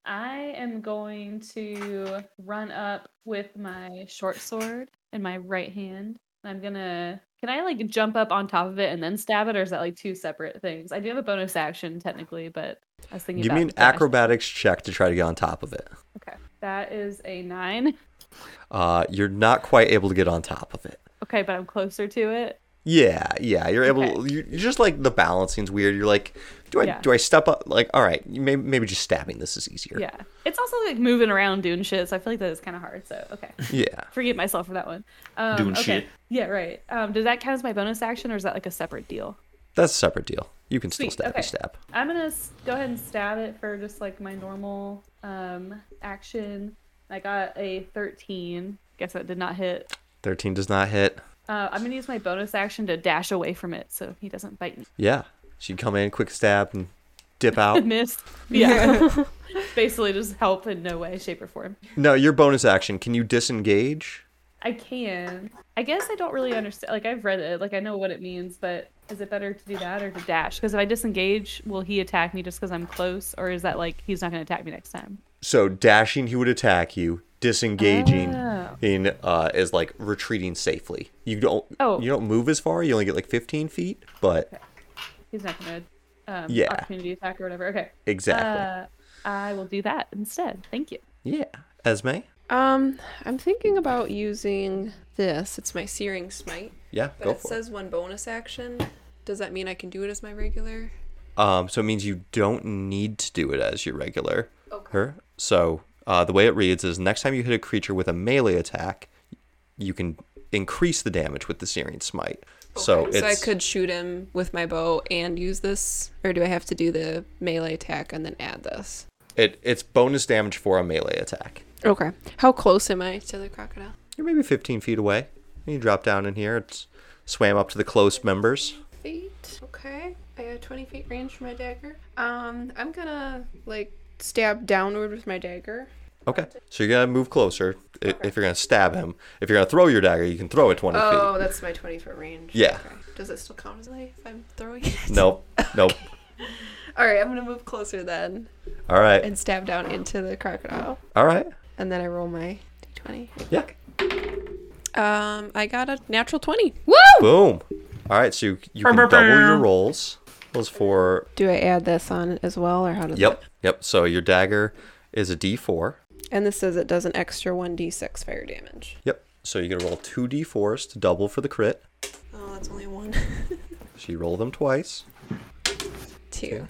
I am going to run up with my short sword in my right hand. and I'm gonna. Can I like jump up on top of it and then stab it, or is that like two separate things? I do have a bonus action technically, but I was thinking. Give about me an dash. acrobatics check to try to get on top of it. Okay. That is a nine. Uh, you're not quite able to get on top of it. Okay, but I'm closer to it. Yeah, yeah. You're able. you You're just like the balancing's weird. You're like, do I Yeah. do I step up? Like, all right, maybe maybe just stabbing this is easier. Yeah. It's also like moving around doing shit, so I feel like that is kind of hard. So okay, Yeah. forgive myself for that one. Um, Doing okay. shit. Yeah, right. Um, does that count as my bonus action, or is that like a separate deal? That's a separate deal. You can still Sweet, stab okay. a stab. I'm gonna s- go ahead and stab it for just like my normal um action. I got a 13. Guess that did not hit. Thirteen does not hit. Uh, I'm gonna use my bonus action to dash away from it so he doesn't bite me. Yeah. She'd come in, quick stab, and dip out. Miss. Yeah. Basically, just help in no way, shape, or form. no, your bonus action. Can you disengage? I can. I guess I don't really understand. Like I've read it. Like I know what it means, but is it better to do that or to dash? Because if I disengage, will he attack me just because I'm close, or is that like he's not gonna attack me next time? So dashing, he would attack you. Disengaging Oh. in uh, is like retreating safely. You don't. Oh. You don't move as far. You only get like fifteen feet. But He's not gonna. Um, Yeah. Opportunity attack or whatever. Okay. exactly. Uh, I will do that instead. Thank you. yeah. Esme. Um, I'm thinking about using this. It's my Searing Smite. Yeah. But Go it for it. says one bonus action. Does that mean I can do it as my regular? Um, so it means you don't need to do it as your regular. Okay. Her. So uh, the way it reads is next time you hit a creature with a melee attack, you can increase the damage with the Searing Smite. So it's So I could shoot him with my bow and use this, or do I have to do the melee attack and then add this? it, it's bonus damage for a melee attack. Okay. How close am I to the crocodile? You're maybe 15 feet away. You drop down in here. It's swam up to the close members. Feet. Okay. I got 20 feet range for my dagger. Um, I'm gonna like stab downward with my dagger. Okay. So you're gonna move closer i- if you're gonna stab him. If you're gonna throw your dagger, you can throw it 20 Oh, that's my 20 foot range. Yeah. Okay. Does it still count as like if I'm throwing it? feet. Nope. Nope. All right, I'm gonna move closer then All right. and stab down into the crocodile, All right. and then I roll my d20. Yeah. Um, I got a natural 20. Boom. All right, so you, you can Brr, brr, double your brr. rolls. Those for Do I add this on as well, or how does yep, yep. So your dagger is a D4. And this says it does an extra 1d6 fire damage. Yep. So you gotta roll two D4s to double for the crit. Oh, that's only one. So you roll them twice. Two.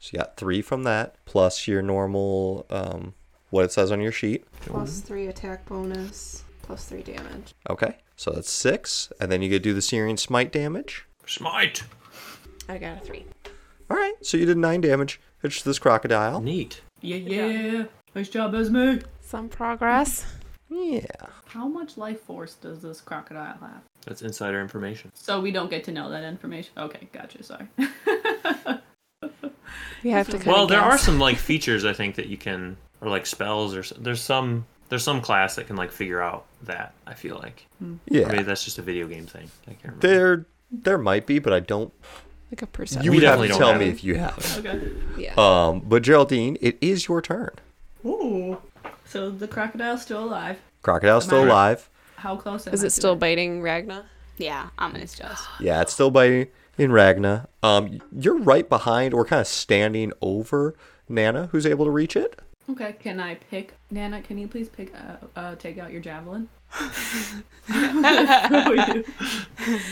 So you got three from that plus your normal um, what it says on your sheet. Plus three attack bonus, plus three damage. Okay. So that's six, and then you could do the Searing Smite damage. Smite. I got a three. All right. So you did nine damage. It's this crocodile. Neat. Yeah, yeah, yeah. Nice job, Esme. Some progress. Yeah. How much life force does this crocodile have? That's insider information. So we don't get to know that information. Okay, gotcha. Sorry. We have to. well, there are some like features I think that you can, or like spells, or s- there's some there's some class that can like figure out that. I feel like Yeah. maybe that's just a video game thing. I can't remember. there there might be, but I don't like a percent. you would have definitely to don't tell have me it. if you have. it. okay. Yeah. Um, but Geraldine, it is your turn. Ooh. So the crocodile's still alive. Crocodile's still Am I- alive. How close am Is I it to still biting Ragna? Yeah, ominous jaws. Yeah, it's still biting in Ragna. Um, you're right behind or kind of standing over Nana, who's able to reach it. Okay. Can I pick Nana? Can you please pick? Uh, uh take out your javelin.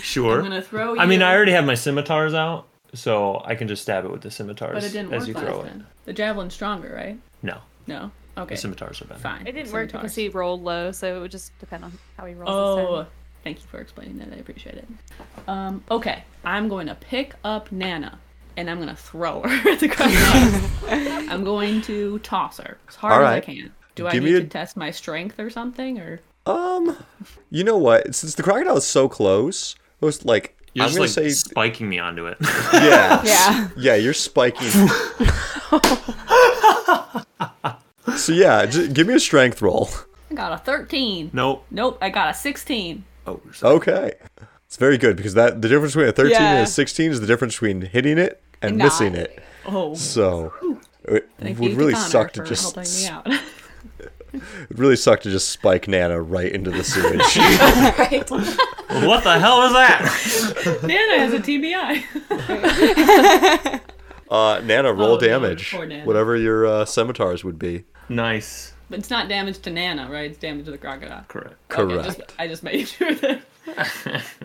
Sure. I'm gonna throw you. I mean, I already have my scimitars out, so I can just stab it with the scimitars But it didn't work as you last throw it. time. The javelin's stronger, right? No, No. Okay. the scimitars are better. Fine. It didn't work because Scimitars. he rolled low, so it would just depend on how he rolls. this Oh, time. thank you for explaining that. I appreciate it. Um, okay, I'm going to pick up Nana and I'm going to throw her at the crocodile. I'm going to toss her as hard All as I right. can. Do I Give need me a- to test my strength or something? Or Um, you know what? Since the crocodile is so close, it was like You're I'm just gonna like say, spiking me onto it. yeah, Yeah. yeah, you're spiking. so yeah, just give me a strength roll. I got a Mm. 13. nope. Nope, I got a 16. Oh, so- Okay, it's very good because that the difference between a 13 and Yeah. a 16 is the difference between hitting it and Not. missing it. Oh, So it thank would you really to Connor suck to for just helping me out. It really sucked to just spike Nana right into the sewage. what the hell is that? Nana has a TBI. uh, Nana, roll Oh, no, damage. Oh, poor Nana. Whatever your uh, scimitars would be. nice. But it's not damage to Nana, right? It's damage to the crocodile. Correct. Okay, just- Correct. I just made sure that.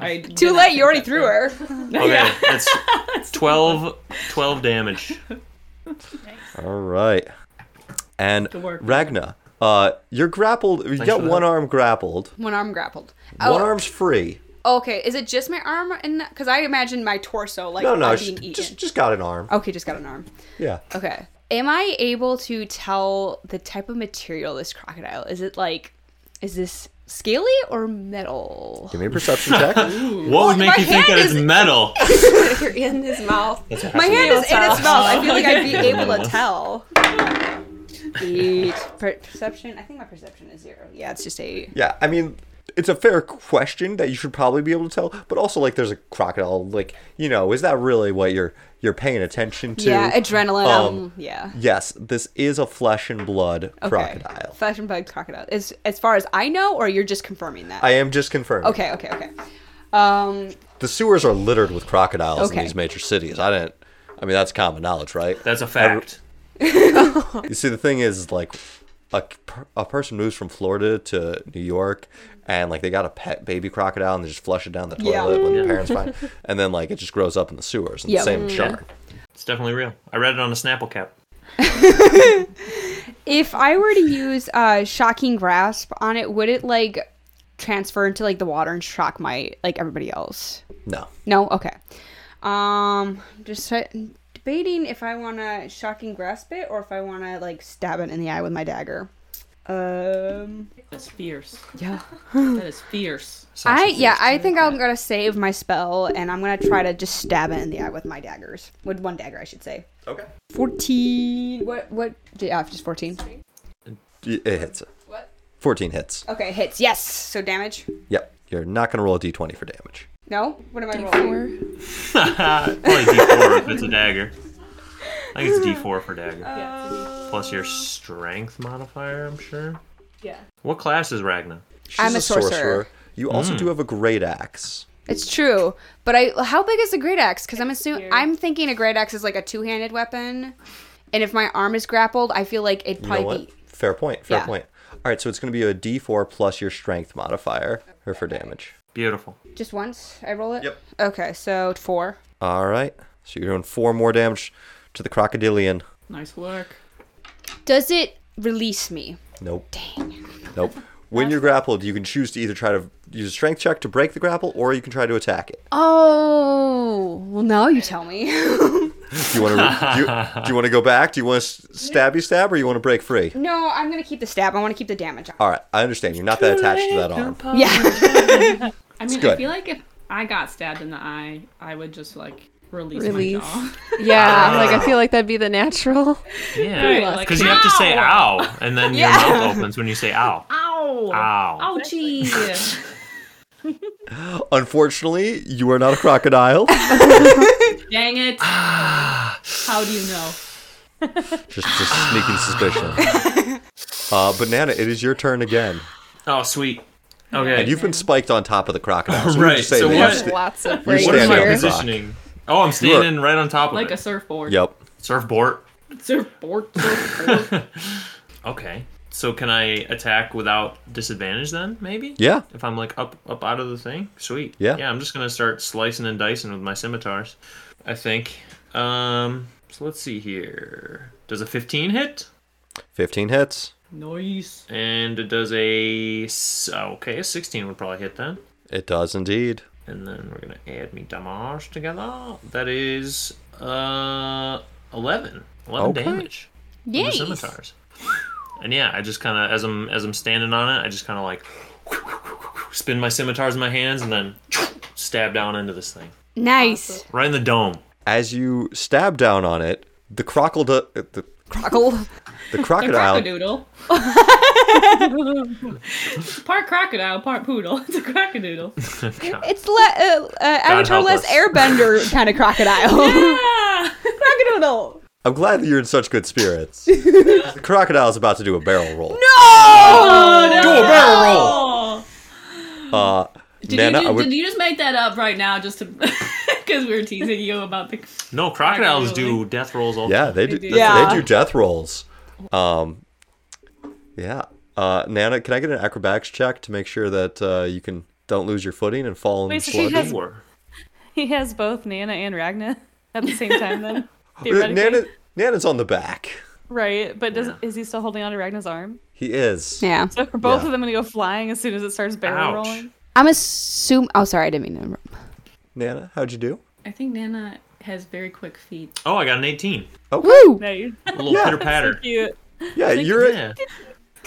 I did Too not late. think You already that threw through. her. Okay, that's 12, 12 damage. All right. And Good work. Ragna, uh, you're grappled. You got for that. one arm grappled. One arm grappled. One Oh, arm's free. okay. Is it just my arm? And because I imagine my torso like No, no, not sh- being eaten. just just got an arm. Okay, just got an arm. Yeah. Okay. Am I able to tell the type of material this crocodile? Is it like, is this scaly or metal? Give me a perception check. What would make my you think that hand it's is- metal? You're in his mouth. My hand is in its mouth. I feel like I'd be Okay. able to tell. Eight per- perception. I think my perception is zero. Yeah, it's just eight. Yeah, I mean, it's a fair question that you should probably be able to tell, but also like there's a crocodile, like you know, is that really what you're you're paying attention to? Yeah, adrenaline. Um, Um, yeah. yes, this is a flesh and blood Okay. crocodile. Flesh and blood crocodile. As as far as I know, or you're just confirming that. I am just confirming. okay. Okay. Okay. Um. The sewers are littered with crocodiles in Okay. these major cities. I didn't. I mean, that's common knowledge, right? That's a fact. You see, the thing is, like, a, per- a person moves from Florida to New York, and like they got a pet baby crocodile, and they just flush it down the toilet Yeah. when the parents find, and then like it just grows up in the sewers. And Yeah. the same Yeah. shark. It's definitely real. I read it on a Snapple cap. If I were to use uh shocking grasp on it, would it like transfer into like the water and shock my like everybody else? No. No. Okay. Um. Just try- debating if I want to shocking grasp it or if I want to like stab it in the eye with my dagger. Um. That's fierce. Yeah. That is fierce. Sounds I like yeah, I think I'm gonna save my spell and I'm gonna try to just stab it in the eye with my daggers. With one dagger, I should say. Okay. Fourteen. What? What? Yeah, just fourteen. It hits it. What? Fourteen hits. Okay, hits. Yes. So damage. Yep. You're not gonna roll a d20 for damage. No. What am I rolling? Probably D4 if it's a dagger. I think it's D4 for dagger. Plus your strength modifier, I'm sure. Yeah. What class is Ragna? She's I'm a sorcerer. You also do have a great axe. It's true, but I. How big is a great axe? Because I'm assuming I'm thinking a great axe is like a two-handed weapon, and if my arm is grappled, I feel like You it'd know probably what? be. Fair point. Fair Yeah. point. All right, so it's gonna be a d4 plus your strength modifier or for damage. Beautiful. Just once I roll it? Yep. Okay, so four. All right. So you're doing four more damage to the crocodilian. Nice work. Does it release me? Nope. Dang. Nope. When you're grappled, you can choose to either try to use a strength check to break the grapple, or you can try to attack it. Oh, well, now you tell me. Do you want to? do, you, do you want to go back? Do you want to stabby stab, or you want to break free? no, I'm gonna keep the stab. I want to keep the damage on. All right, I understand. You're not that attached to that arm. Yeah. I mean, I good. feel like if I got stabbed in the eye, I would just like release, Release. my jaw. Yeah, like I feel like that'd be the natural. Yeah. like, Because you have to say ow, and then Yeah. your mouth opens when you say ow. Ow! Ow. Ouchie! Unfortunately, you are not a crocodile. Dang it! How do you know? just, just sneaking suspicion. Uh, Banana, it is your turn again, Oh, sweet. Okay. and you've been spiked on top of the crocodile. So we Right, just say so that you what- sta- Lots of You're right standing on what is my the here. rock. positioning? Oh, I'm standing right on top of Like a it. surfboard. Yep. Surfboard. Surfboard. surfboard. Okay. So can I attack without disadvantage then? Maybe. Yeah. If I'm like up up out of the thing, sweet. Yeah. Yeah. I'm just gonna start slicing and dicing with my scimitars. I think. Um. So let's see here. Does a 15 hit? Fifteen hits. nice. And it does a s- okay. A 16 would probably hit then. It does indeed. And then we're gonna add me damage together. That is uh 11. 11 Okay. damage. from Yay. The scimitars. And yeah, I just kind of as I'm as I'm standing on it, I just kind of like spin my scimitars in my hands and then stab down into this thing Nice. right in the dome. As you stab down on it, the crocodile, uh, the, Cockle. the The crocodile, crocodile. part crocodile, part poodle. It's a crocodile. It's le- uh, uh, Avatar help less us. airbender kind of crocodile. Ah! Crocodile. I'm glad that you're in such good spirits. the crocodile's about to do a barrel roll. Oh, Do a no! barrel roll. Uh, Did, Nana, you, I ju- would. did you just make that up right now just to. Because we were teasing you about the. No, crocodiles Crocodile. do death rolls all the yeah, they do. do. They Yeah. do death rolls. Um, Yeah. Uh, Nana, can I get an acrobatics check to make sure that uh, you can don't lose your footing and fall in the Wait, so she sludge? has- Four. He has both Nana and Ragna at the same time then. Uh, theoretically. Nana, Nana's on the back. Right, but does, is he still holding on to Ragna's arm? He is. Yeah. So are both Yeah. of them gonna go flying as soon as it starts barrel Ouch. rolling? I'm assume. Oh, sorry, I didn't mean to. interrupt. Nana, how'd you do? I think Nana has very quick feet. Oh, I got an 18. Okay. Woo! Nice. A little Yeah. pitter patter. Cute. Yeah, you're Yeah.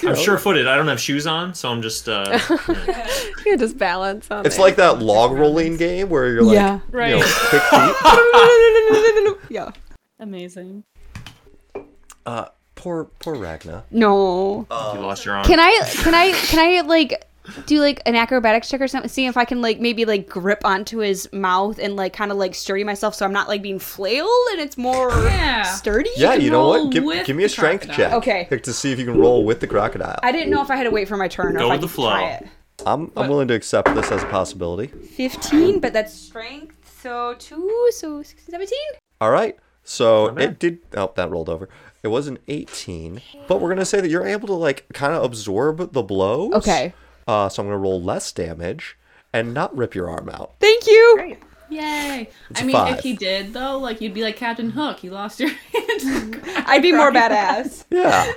I'm sure footed. I don't have shoes on, so I'm just. Uh, you know. You can just balance on It's it. like that log rolling game where you're like, Yeah. you know, Right. quick feet. yeah. Amazing. Uh, poor, poor Ragna. No. you lost your arm. Can I? Can I? Can I like do like an acrobatics check or something? See if I can like maybe like grip onto his mouth and like kind of like sturdy myself so I'm not like being flailed and it's more Yeah. sturdy. yeah, can you know roll what? Give, with give me a the strength crocodile. check. Okay. Pick to see if you can roll with the crocodile. I didn't know if I had to wait for my turn or Go if I with the could try flow. it. I'm, I'm willing to accept this as a possibility. 15, but that's strength. So two, so 16, 17? All right. So bad. it did. Oh, that rolled over. It was an 18, but we're gonna say that you're able to like kind of absorb the blows. Okay. Uh, so I'm gonna roll less damage and not rip your arm out. Thank you. Yay! It's I mean, five. if he did though, like you'd be like Captain Hook. You lost your hand. I'd be more badass. Yeah.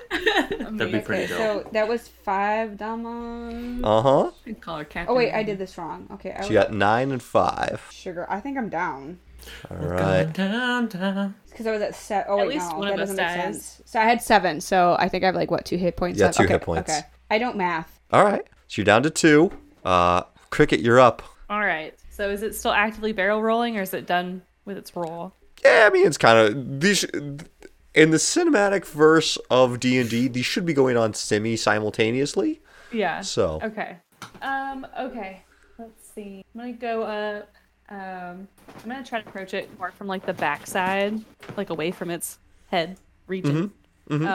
That'd be pretty dope. So that was five Dama. Uh huh. I'd call her Captain. Oh wait, I did this wrong. Okay, I So was you got nine and five. sugar. I think I'm down All right. Dun, dun, dun. because I was at seven. Oh At wait, least no, one that of us doesn't make dies. sense. So I had seven. So I think I have like what two hit points? Yeah, left? two okay, hit points. Okay, I don't math. All right. So you're down to two. Uh, cricket, you're up. All right. So is it still actively barrel rolling or is it done with its roll? Yeah, I mean it's kind of these in the cinematic verse of D and D. These should be going on semi simultaneously. Yeah. So Okay. Um, okay. Let's see. I'm gonna go up. Um, I'm gonna try to approach it more from like the backside, like away from its head region. Um, and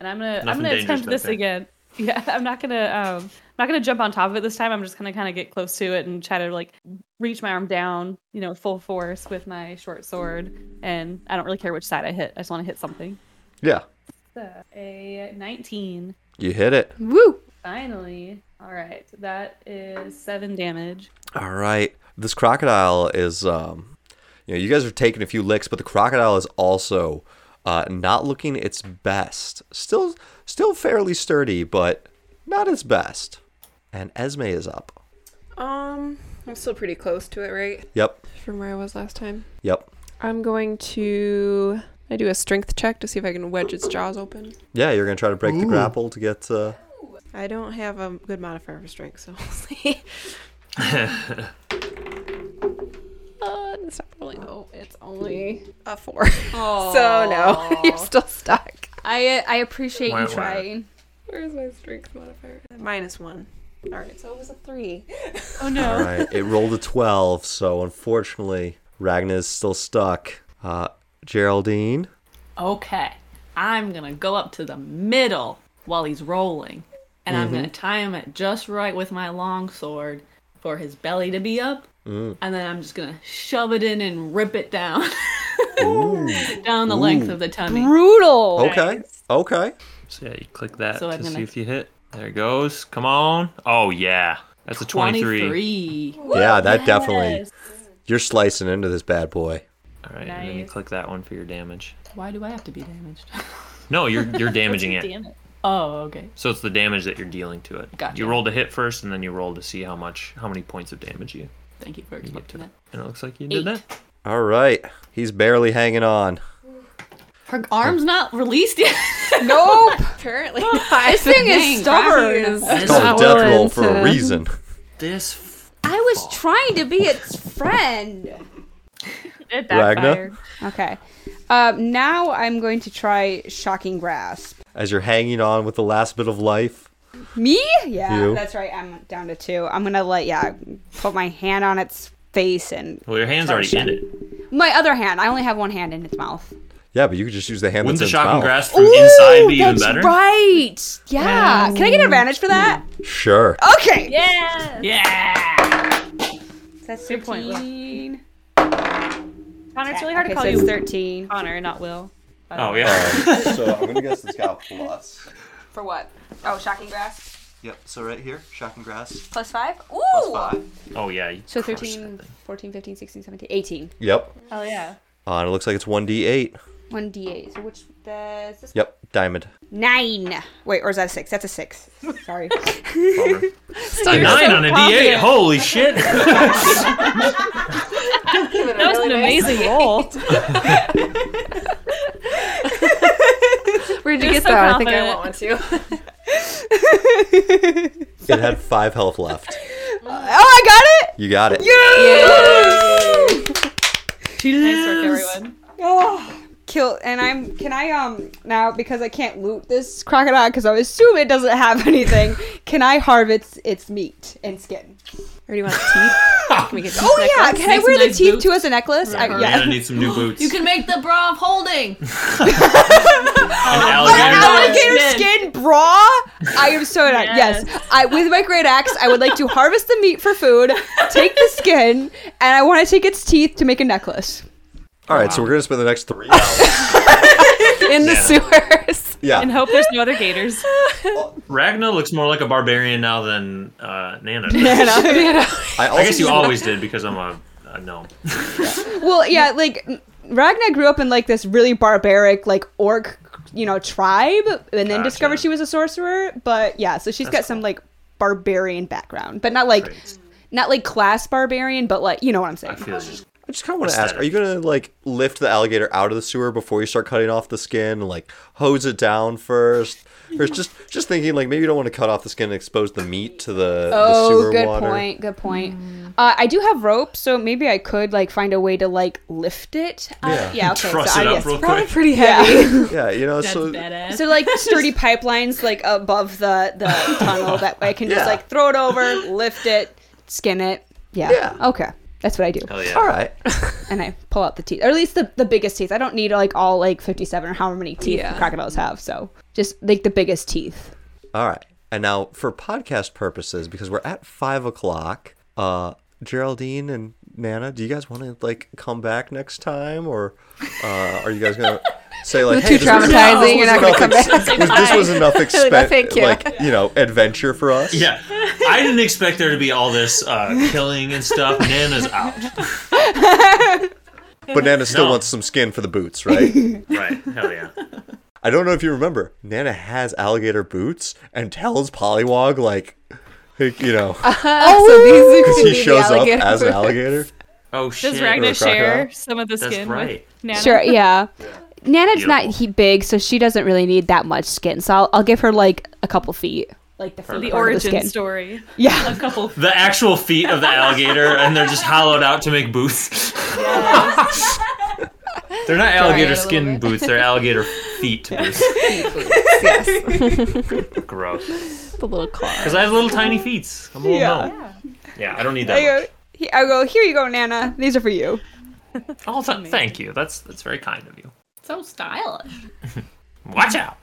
I'm gonna I'm Nothing gonna dangerous attempt back this there. again. Yeah, I'm not gonna um I'm not gonna jump on top of it this time. I'm just gonna kind of get close to it and try to like reach my arm down, you know, full force with my short sword. And I don't really care which side I hit. I just want to hit something. yeah, So a 19. you hit it. Woo! Finally. All right. That is seven damage. All right. This crocodile is, um, you know, you guys are taking a few licks, but the crocodile is also uh, not looking its best. Still, still fairly sturdy, but not its best. And Esme is up. Um, I'm still pretty close to it, right? Yep. From where I was last time. Yep. I'm going to. I do a strength check to see if I can wedge its jaws open. Yeah, you're gonna try to break the grapple to get. Uh, I don't have a good modifier for strength, so we'll see. uh, it's not really. Oh, it's only a four. so no, you're still stuck. I I appreciate Wah, you wah. trying. Where's my strength modifier? Minus one. All right, so it was a three. Oh no. all right. It rolled a twelve, so unfortunately, Ragna is still stuck. Uh, Geraldine. Okay, I'm gonna go up to the middle while he's rolling, and I'm gonna tie him at just right with my long sword for his belly to be up, and then I'm just gonna shove it in and rip it down, down the length of the tummy. Brutal. Okay. Okay. So yeah, you click that So I'm to gonna- see if you hit. There it goes. Come on. Oh yeah, that's a 23. 23. Yeah, that definitely. You're slicing into this bad boy. All right, and then you Nice. click that one for your damage. Why do I have to be damaged? No, you're you're damaging it. Damn it. oh, okay. So it's the damage that you're dealing to it. Gotcha. You roll to hit first, and then you roll to see how much, how many points of damage you Thank you for get to. explaining that. And it looks like you Eight. did that. All right. He's barely hanging on. Her arm's not released yet. Nope. Apparently, not. This thing is stubborn. It's called a death roll for a reason. This. F- I was trying to be its friend. It Ragna? backfired. Okay. Um, now I'm going to try shocking grasp. As you're hanging on with the last bit of life. Me? Yeah, You. that's right. I'm down to two. I'm gonna let yeah put my hand on its face and well, your hand's already in it. my other hand. I only have one hand in its mouth. Yeah, but you could just use the hand Wouldn't the that's in its shock and mouth. grasp from inside Ooh, be even that's better? right. Yeah. Can I get advantage for that? Sure. Oh. Okay. Yeah. yeah. That's Good point, Will. thirteen. Connor, it's really hard Okay, to call so you it's thirteen. Connor, not Will. Uh, Oh yeah. so I'm going to guess it's got plus. For what? Oh, shocking grass. Yep. So right here, shocking grass. Plus five? Ooh! Plus five. Oh yeah. you So crushed 13, that thing. 14, 15, 16, 17, 18. Yep. Oh yeah. Uh, and it looks like it's one d eight. 1d8. So which does this? Yep. Diamond. Nine. Wait, or is that a six? That's a six. Sorry. Bummer. You're A so nine on a D8. confident. Holy shit. That was an amazing roll. Where'd you get so that? I think I confident. want one too. It had five health left. oh, I got it! You got it. nice work, everyone. Oh, kill. And I'm. Can I, um, now, because I can't loot this crocodile, because I assume it doesn't have anything, can I harvest its meat and skin? Or do you want teeth? Can we get teeth Oh, yeah. necklace? Can I Nice- wear the nice teeth boots. too as a necklace? I, We're yeah. gonna need some new boots. You can make the bra of holding. An An alligator. alligator skin Skin. bra? I am so not. Yes. Yes. I with my great axe, I would like to harvest the meat for food, take the skin, and I want to take its teeth to make a necklace. All right. So we're gonna spend the next three hours. In the sewers. And Yeah. hope there's no other gators. Ragna looks more like a barbarian now than uh, Nana. does. I, also I guess you always did because I'm a, a gnome. Well, yeah, like Ragna grew up in like this really barbaric like orc, you know, tribe and then Gotcha. discovered she was a sorcerer, but yeah, so she's got some like barbarian background, but not like Traits. not like class barbarian, but like, you know what I'm I saying. feel you. I just kind of want to ask: Aesthetic. Are you gonna like lift the alligator out of the sewer before you start cutting off the skin, and, like hose it down first? Or it's just just thinking like maybe you don't want to cut off the skin and expose the meat to the, the Oh, sewer good water. point. Good point. Uh, I do have rope, so maybe I could like find a way to like lift it. Uh, Yeah. yeah. okay. Truss so it I up guess. real Probably quick. pretty heavy. Yeah, you know. That's so badass. So like sturdy pipelines like above the the tunnel that way I can just Yeah. like throw it over, lift it, skin it. Yeah. Yeah. Okay. That's what I do. Hell yeah. all right. And I pull out the teeth. Or at least the, the biggest teeth. I don't need like all like 57 or however many teeth Yeah. crocodiles have. So just like the biggest teeth. All right. And now for podcast purposes, because we're at five o'clock, uh, Geraldine and Nana, do you guys want to like come back next time, or uh, are you guys gonna say like, hey, too this was- traumatizing, this you're was not enough gonna ex- come was- This was enough No, thank expense, you. like you know, adventure for us. Yeah, I didn't expect there to be all this uh, killing and stuff. Nana's out. But Nana still No. wants some skin for the boots, right? Right? Hell yeah. I don't know if you remember, Nana has alligator boots and tells Pollywog like, you know, Uh-huh. so these because could he be the shows up alligator as an boots. alligator. Oh shit. Does Ragnar Or a share crocodile. some of the That's skin right. with Nana? Sure, yeah. Nana's Beautiful. not he big, so she doesn't really need that much skin. So I'll, I'll give her like a couple feet, like the, The feet part of the origin skin. story. Yeah, A couple. The actual feet of the alligator, and they're just hollowed out to make boots. they're not alligator it a little skin bit. boots. They're alligator feet boots. yes. Gross. The little claw. Because I have little tiny feet. I'm a little Yeah. gnome. Yeah, I don't need I that. go. he- I go. Here you go, Nana. These are for you. much. All time. Thank you. That's that's very kind of you. so stylish. Watch out.